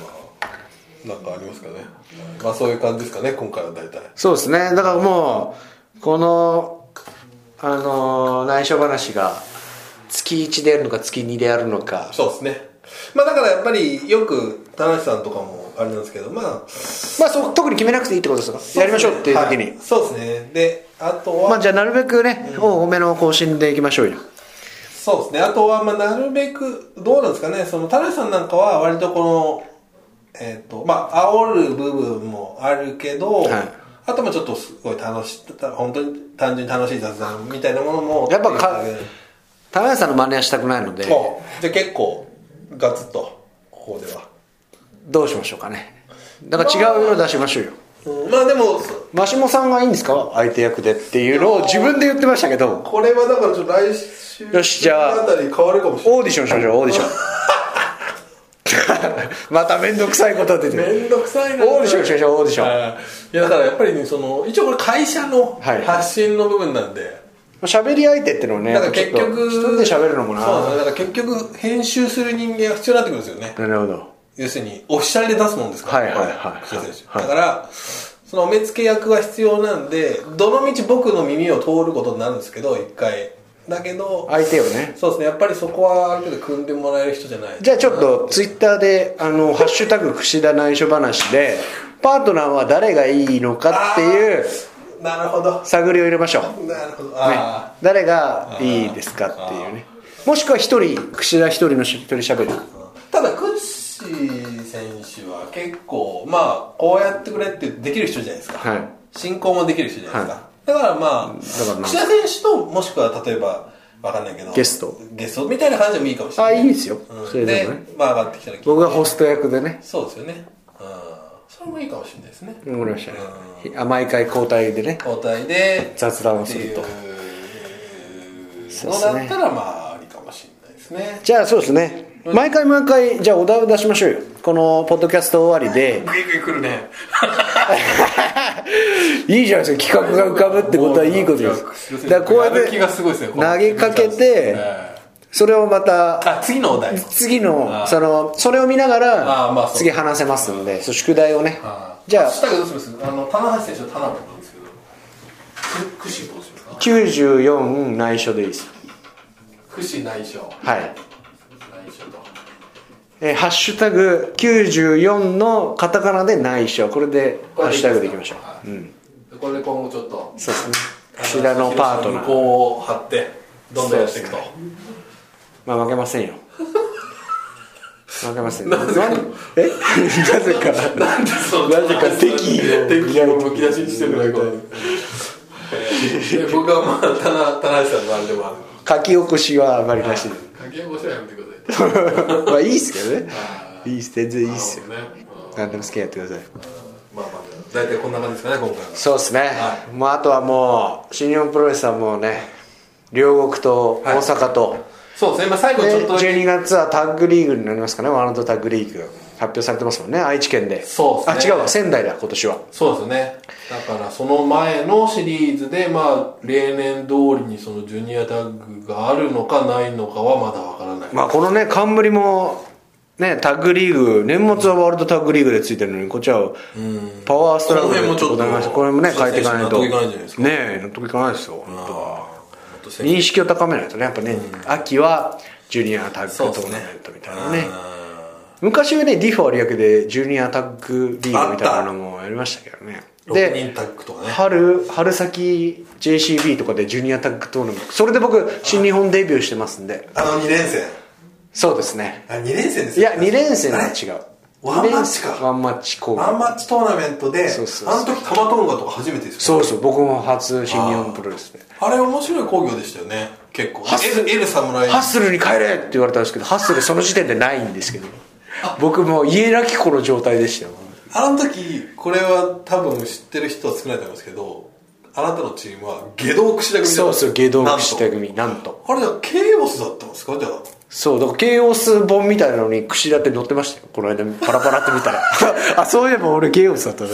[SPEAKER 2] りましたですかね。まあそういう感じですかね、今回は大体。
[SPEAKER 1] そうですねだからもうこのあのー内緒話が月1でやるのか月2でやるのか
[SPEAKER 2] そうですね。まあだからやっぱりよく、田中さんとかもあれなんですけど、まあ、
[SPEAKER 1] まあそう特に決めなくていいってことですよやりましょうっていう時に、
[SPEAKER 2] はそうですね。で、あとは、
[SPEAKER 1] まあじゃあなるべくね、多めの更新でいきましょうよ
[SPEAKER 2] そうですね。あとは、まあ、なるべく、どうなんですかね、その、田辺さんなんかは、割とこの、えっ、と、まあ、煽る部分もあるけど、
[SPEAKER 1] はい
[SPEAKER 2] あともちょっとすごい楽しい、た本当に単純に楽しい雑談みたいなものも。
[SPEAKER 1] やっぱか
[SPEAKER 2] っていう
[SPEAKER 1] 高橋さんの真似はしたくないので
[SPEAKER 2] おじゃあ結構、ガツッと、ここでは。
[SPEAKER 1] どうしましょうかねだから違う色出しましょうよ
[SPEAKER 2] うんまあでも、
[SPEAKER 1] マシモさんがいいんですか相手役でっていうのを自分で言ってましたけど
[SPEAKER 2] これはだからちょっと来週
[SPEAKER 1] よしじゃあ
[SPEAKER 2] あたり変わるかもしれ
[SPEAKER 1] オーディションしましょうオーディシ ョンまた面倒くさいこと出て
[SPEAKER 2] ない。
[SPEAKER 1] る
[SPEAKER 2] めんどくさいな。
[SPEAKER 1] オーディションしましょうオーディション
[SPEAKER 2] はいいやだからやっぱりねその一応これ会社の
[SPEAKER 1] はい
[SPEAKER 2] 発信の部分なんで、
[SPEAKER 1] 喋り相手ってのをね
[SPEAKER 2] だから結局
[SPEAKER 1] 一人で喋るのもな
[SPEAKER 2] そうですねだから結局編集する人間が必要になってくるんですよね
[SPEAKER 1] なるほど
[SPEAKER 2] 要するにオフィシャルで出すもんですから
[SPEAKER 1] はいはいはい
[SPEAKER 2] 藤井選手
[SPEAKER 1] はい
[SPEAKER 2] だからそのお目付け役が必要なんでどの道僕の耳を通ることになるんですけど一回だけど
[SPEAKER 1] 相手をね
[SPEAKER 2] そうですねやっぱりそこはある程度組んでもらえる人じゃない
[SPEAKER 1] じゃあちょっとツイッターで「あのハッシュタグ櫛田内緒話」でパートナーは誰がいいのかっていう
[SPEAKER 2] なるほど
[SPEAKER 1] 探りを入れましょう、
[SPEAKER 2] なるほど
[SPEAKER 1] ね
[SPEAKER 2] ああ、
[SPEAKER 1] 誰がいいですかっていうねもしくは一人櫛田一人のし一人喋る
[SPEAKER 2] ただ、クッシー選手は結構、まあ、こうやってくれってできる人じゃないですか。
[SPEAKER 1] はい
[SPEAKER 2] 進行もできる人じゃないですか。
[SPEAKER 1] は
[SPEAKER 2] だからまあ、
[SPEAKER 1] だからなんか
[SPEAKER 2] 櫛田選手と、もしくは例えば、わかんないけど、
[SPEAKER 1] ゲスト。
[SPEAKER 2] ゲストみたいな感じでもいいかもしれ
[SPEAKER 1] あ
[SPEAKER 2] ない。
[SPEAKER 1] いいですよ、
[SPEAKER 2] うん
[SPEAKER 1] それで
[SPEAKER 2] で
[SPEAKER 1] もね
[SPEAKER 2] まあ、上がってきたら、
[SPEAKER 1] 僕がホスト役でね
[SPEAKER 2] そうですよね。うん。それもいいかもしれないですね。
[SPEAKER 1] わかりましたねあ毎回交代でね
[SPEAKER 2] 交代で、
[SPEAKER 1] 雑談を
[SPEAKER 2] って
[SPEAKER 1] す
[SPEAKER 2] い
[SPEAKER 1] る
[SPEAKER 2] う
[SPEAKER 1] とそう
[SPEAKER 2] の
[SPEAKER 1] です
[SPEAKER 2] だ
[SPEAKER 1] ね
[SPEAKER 2] ったら、まあ、ありかもしれないですね。
[SPEAKER 1] じゃあそうですね毎回毎回じゃあお題を出しましょうよこのポッドキャスト終わりで
[SPEAKER 2] グイグイ来るね。
[SPEAKER 1] いいじゃないですか企画が浮かぶってことはいいことですだからこうや
[SPEAKER 2] やる気が
[SPEAKER 1] っ
[SPEAKER 2] すごいです
[SPEAKER 1] て
[SPEAKER 2] ね
[SPEAKER 1] 投げかけて
[SPEAKER 2] え
[SPEAKER 1] それをまた
[SPEAKER 2] あ次のお題
[SPEAKER 1] 次の
[SPEAKER 2] あ
[SPEAKER 1] そのそれを見なが
[SPEAKER 2] あまあ
[SPEAKER 1] ら
[SPEAKER 2] そう
[SPEAKER 1] 次話せますんでそう宿題をねじ
[SPEAKER 2] じゃあ
[SPEAKER 1] ゃあ
[SPEAKER 2] ハッシュタグどうしますあの棚橋選手は棚本なんですけどくくしどうしますか
[SPEAKER 1] 94内緒でいいです
[SPEAKER 2] くし内緒内
[SPEAKER 1] はい
[SPEAKER 2] 緒と
[SPEAKER 1] えーハッシュタグ94のカタカナで内緒これでハッシュタグでいきましょ
[SPEAKER 2] は
[SPEAKER 1] う、うん、
[SPEAKER 2] いこれで今後ちょっと
[SPEAKER 1] そうですね岸田のパートナ
[SPEAKER 2] 向
[SPEAKER 1] ー
[SPEAKER 2] こうを張ってどんどんやっていくと
[SPEAKER 1] まあ負けま せんよ負けません
[SPEAKER 2] なぜ
[SPEAKER 1] な
[SPEAKER 2] か
[SPEAKER 1] んえ なぜか
[SPEAKER 2] なんでそん
[SPEAKER 1] なぜか敵意を
[SPEAKER 2] 敵意をむき出しにしてるねこれえー僕はまあ棚棚橋さんのあれでもある
[SPEAKER 1] 書き起こしはあまりな しで
[SPEAKER 2] 掛け越しはやめてくださ
[SPEAKER 1] ま
[SPEAKER 2] い
[SPEAKER 1] あいいっすけどねいいっす全然いいっすよ
[SPEAKER 2] ね
[SPEAKER 1] 何でも好きにやってください
[SPEAKER 2] まあまあ大体こんな感じですかね今回は
[SPEAKER 1] そうですね、
[SPEAKER 2] は
[SPEAKER 1] もうあとはもう新日本プロレスはもうね両国と大阪と、
[SPEAKER 2] そうですね、まあ、最後ちょっ
[SPEAKER 1] で
[SPEAKER 2] とだけ
[SPEAKER 1] 12月はタッグリーグになりますかねワールドタッグリーグ発表されてますもんね愛知県で
[SPEAKER 2] そうっすね
[SPEAKER 1] あ違うわ仙台だ今年は
[SPEAKER 2] そうですねだからその前のシリーズでまあ例年通りにそのジュニアタッグがあるのかないのかはまだわからない
[SPEAKER 1] まあこのね冠もねタッグリーグ年末はワールドタッグリーグでついてるのにこっちはパワーストライクでってことになりました
[SPEAKER 2] こ
[SPEAKER 1] こ
[SPEAKER 2] の
[SPEAKER 1] れも
[SPEAKER 2] 辺も
[SPEAKER 1] ね
[SPEAKER 2] ちょ
[SPEAKER 1] 変
[SPEAKER 2] っ
[SPEAKER 1] え
[SPEAKER 2] と
[SPEAKER 1] ていかないと
[SPEAKER 2] 選手納得いかないんじゃないですか
[SPEAKER 1] ねえ納得いかないですよ本当は
[SPEAKER 2] あーもっとせ
[SPEAKER 1] 認識を高めないとねやっぱね、秋はジュニアタッグト
[SPEAKER 2] そう
[SPEAKER 1] ー
[SPEAKER 2] です
[SPEAKER 1] ナ
[SPEAKER 2] ね
[SPEAKER 1] メントみたいなね
[SPEAKER 2] あ
[SPEAKER 1] 昔はねディファ有明でジュニアタッグリーグみたいなのもやりましたけどね
[SPEAKER 2] ー
[SPEAKER 1] で
[SPEAKER 2] 6人タッグとかね
[SPEAKER 1] 春春先 JCB とかでジュニアタッグトーナメントそれで僕新日本デビューしてますんで
[SPEAKER 2] あの2連戦
[SPEAKER 1] そうですね
[SPEAKER 2] あ2連戦で
[SPEAKER 1] いや2連戦は違う
[SPEAKER 2] ワンマッチか
[SPEAKER 1] ワンマッチ攻
[SPEAKER 2] ワン
[SPEAKER 1] 撃
[SPEAKER 2] マッチトーナメントで
[SPEAKER 1] そうそうそう
[SPEAKER 2] あの時タマトンガとか初めてですよ
[SPEAKER 1] そうそう僕も初新日本プロレスで
[SPEAKER 2] あれ面白い興行でしたよね結構
[SPEAKER 1] ハッス
[SPEAKER 2] L, L 侍
[SPEAKER 1] ハッスルに帰れって言われたんですけどハッスルその時点でないんですけど僕もう家なき子の状態でしたよ
[SPEAKER 2] あの時これは多分知ってる人は少ないと思いますけどあなたのチームは下道串田組だった
[SPEAKER 1] そうそう下道
[SPEAKER 2] なんと
[SPEAKER 1] 下組なんと
[SPEAKER 2] あれじゃあケイボスだったんですかじゃあ
[SPEAKER 1] そうだからケイオス本みたいなのに櫛田って載ってましたよこの間パラパラって見たら あそういえば俺ケイオスだったな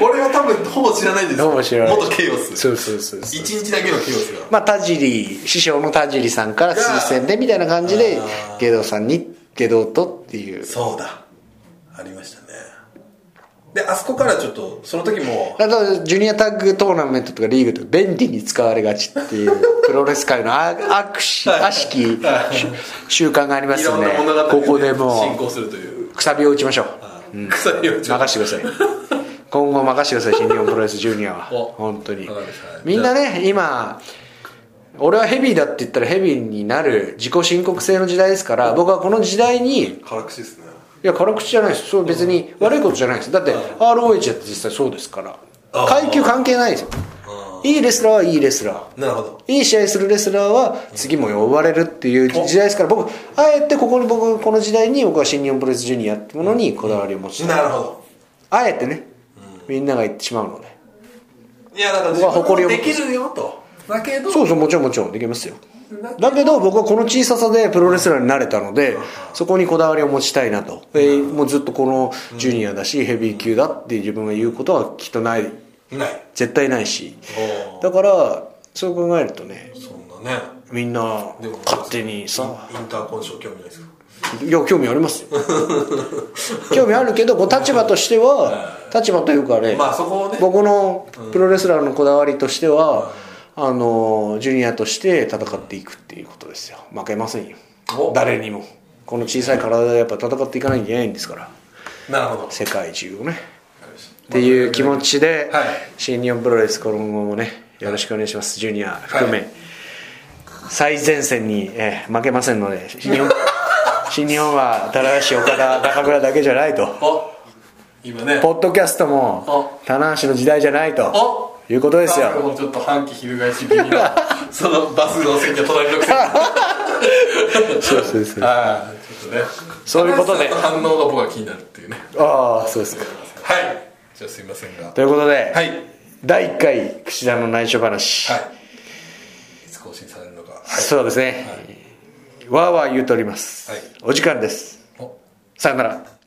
[SPEAKER 2] これは多分ほぼ知らないんですよ
[SPEAKER 1] どうも知らない
[SPEAKER 2] 元ケイオス
[SPEAKER 1] そうそうそうそう
[SPEAKER 2] 一日だけのケイオスが
[SPEAKER 1] まあ田尻師匠の田尻さんから推薦でみたいな感じで
[SPEAKER 2] あー
[SPEAKER 1] ゲドさんにゲドとっていう
[SPEAKER 2] そうだありましたねであそこからちょっとその時も
[SPEAKER 1] あとジュニアタッグトーナメントとかリーグとか便利に使われがちっていう プロレス界のあ悪し悪しき習慣がありま
[SPEAKER 2] い
[SPEAKER 1] す
[SPEAKER 2] ろ
[SPEAKER 1] よ
[SPEAKER 2] ん
[SPEAKER 1] ね
[SPEAKER 2] な物語がね
[SPEAKER 1] ここで
[SPEAKER 2] 進
[SPEAKER 1] も
[SPEAKER 2] 行するという
[SPEAKER 1] うくさびを打ちましょう、うん任
[SPEAKER 2] 鎖を打ちま
[SPEAKER 1] してください 今後任してください新日本プロレスジュニアは
[SPEAKER 2] お
[SPEAKER 1] 本当に
[SPEAKER 2] わかりました
[SPEAKER 1] みんなね今俺はヘビーだって言ったらヘビーになる自己申告制の時代ですから僕はこの時代に
[SPEAKER 2] 辛口ですね
[SPEAKER 1] いや辛口じゃないですそう別に悪いことじゃないですだって ROH だって実際そうですから
[SPEAKER 2] あー
[SPEAKER 1] 階級関係ないですよいいレスラーはいいレスラー
[SPEAKER 2] なるほど
[SPEAKER 1] いい試合するレスラーは次も呼ばれるっていう時代ですから僕あえてここに僕この時代に僕は新日本プロレスジュニアってものにこだわりを持ちたい
[SPEAKER 2] なるほど
[SPEAKER 1] あえてねみんなが言ってしまうので
[SPEAKER 2] いやだから
[SPEAKER 1] 僕は誇りを持
[SPEAKER 2] で
[SPEAKER 1] って
[SPEAKER 2] きるよとだけど
[SPEAKER 1] そうそうもちろんもちろんできますよだけど僕はこの小ささでプロレスラーになれたのでそこにこだわりを持ちたいなと、えーもうずっとこのジュニアだしヘビー級だって自分が言うことはきっとない
[SPEAKER 2] ない
[SPEAKER 1] 絶対ないし
[SPEAKER 2] おー
[SPEAKER 1] だからそう考えるとね
[SPEAKER 2] そんなね
[SPEAKER 1] みんな勝手にさ
[SPEAKER 2] インターコンション興味ないですか
[SPEAKER 1] いや興味ありますよ興味あるけどこう立場としては立場というかね、
[SPEAKER 2] まあそこをね
[SPEAKER 1] 僕のプロレスラーのこだわりとしては、あのジュニアとして戦っていくっていうことですよ負けませんよ
[SPEAKER 2] お
[SPEAKER 1] 誰にもこの小さい体でやっぱ戦っていかないといけないんですから
[SPEAKER 2] なるほど
[SPEAKER 1] 世界中をねっていう気持ちで、
[SPEAKER 2] はい
[SPEAKER 1] 新日本プロレス今後もねよろしくお願いしますジュニア含め、
[SPEAKER 2] は
[SPEAKER 1] 最前線に、えー負けませんので新 日本新日本は棚橋岡田中村だけじゃないと
[SPEAKER 2] お今ね
[SPEAKER 1] ポッドキャストも棚橋の時代じゃないと
[SPEAKER 2] お
[SPEAKER 1] いうことです
[SPEAKER 2] なんか
[SPEAKER 1] よ
[SPEAKER 2] もうちょっと反旗翻し気 味なそのバスの席が隣の席
[SPEAKER 1] そうそうそう
[SPEAKER 2] はいちょっとね
[SPEAKER 1] そういうことで
[SPEAKER 2] 高橋さんの反応が僕は気になるっていうね
[SPEAKER 1] ああそうですか
[SPEAKER 2] はいじゃあすいませんが
[SPEAKER 1] ということで、
[SPEAKER 2] はい
[SPEAKER 1] 第1回櫛田の内緒話、
[SPEAKER 2] はいいつ更新されるのかはい
[SPEAKER 1] そうですね、わーわー言うとおります、
[SPEAKER 2] はい
[SPEAKER 1] お時間です
[SPEAKER 2] お
[SPEAKER 1] さよなら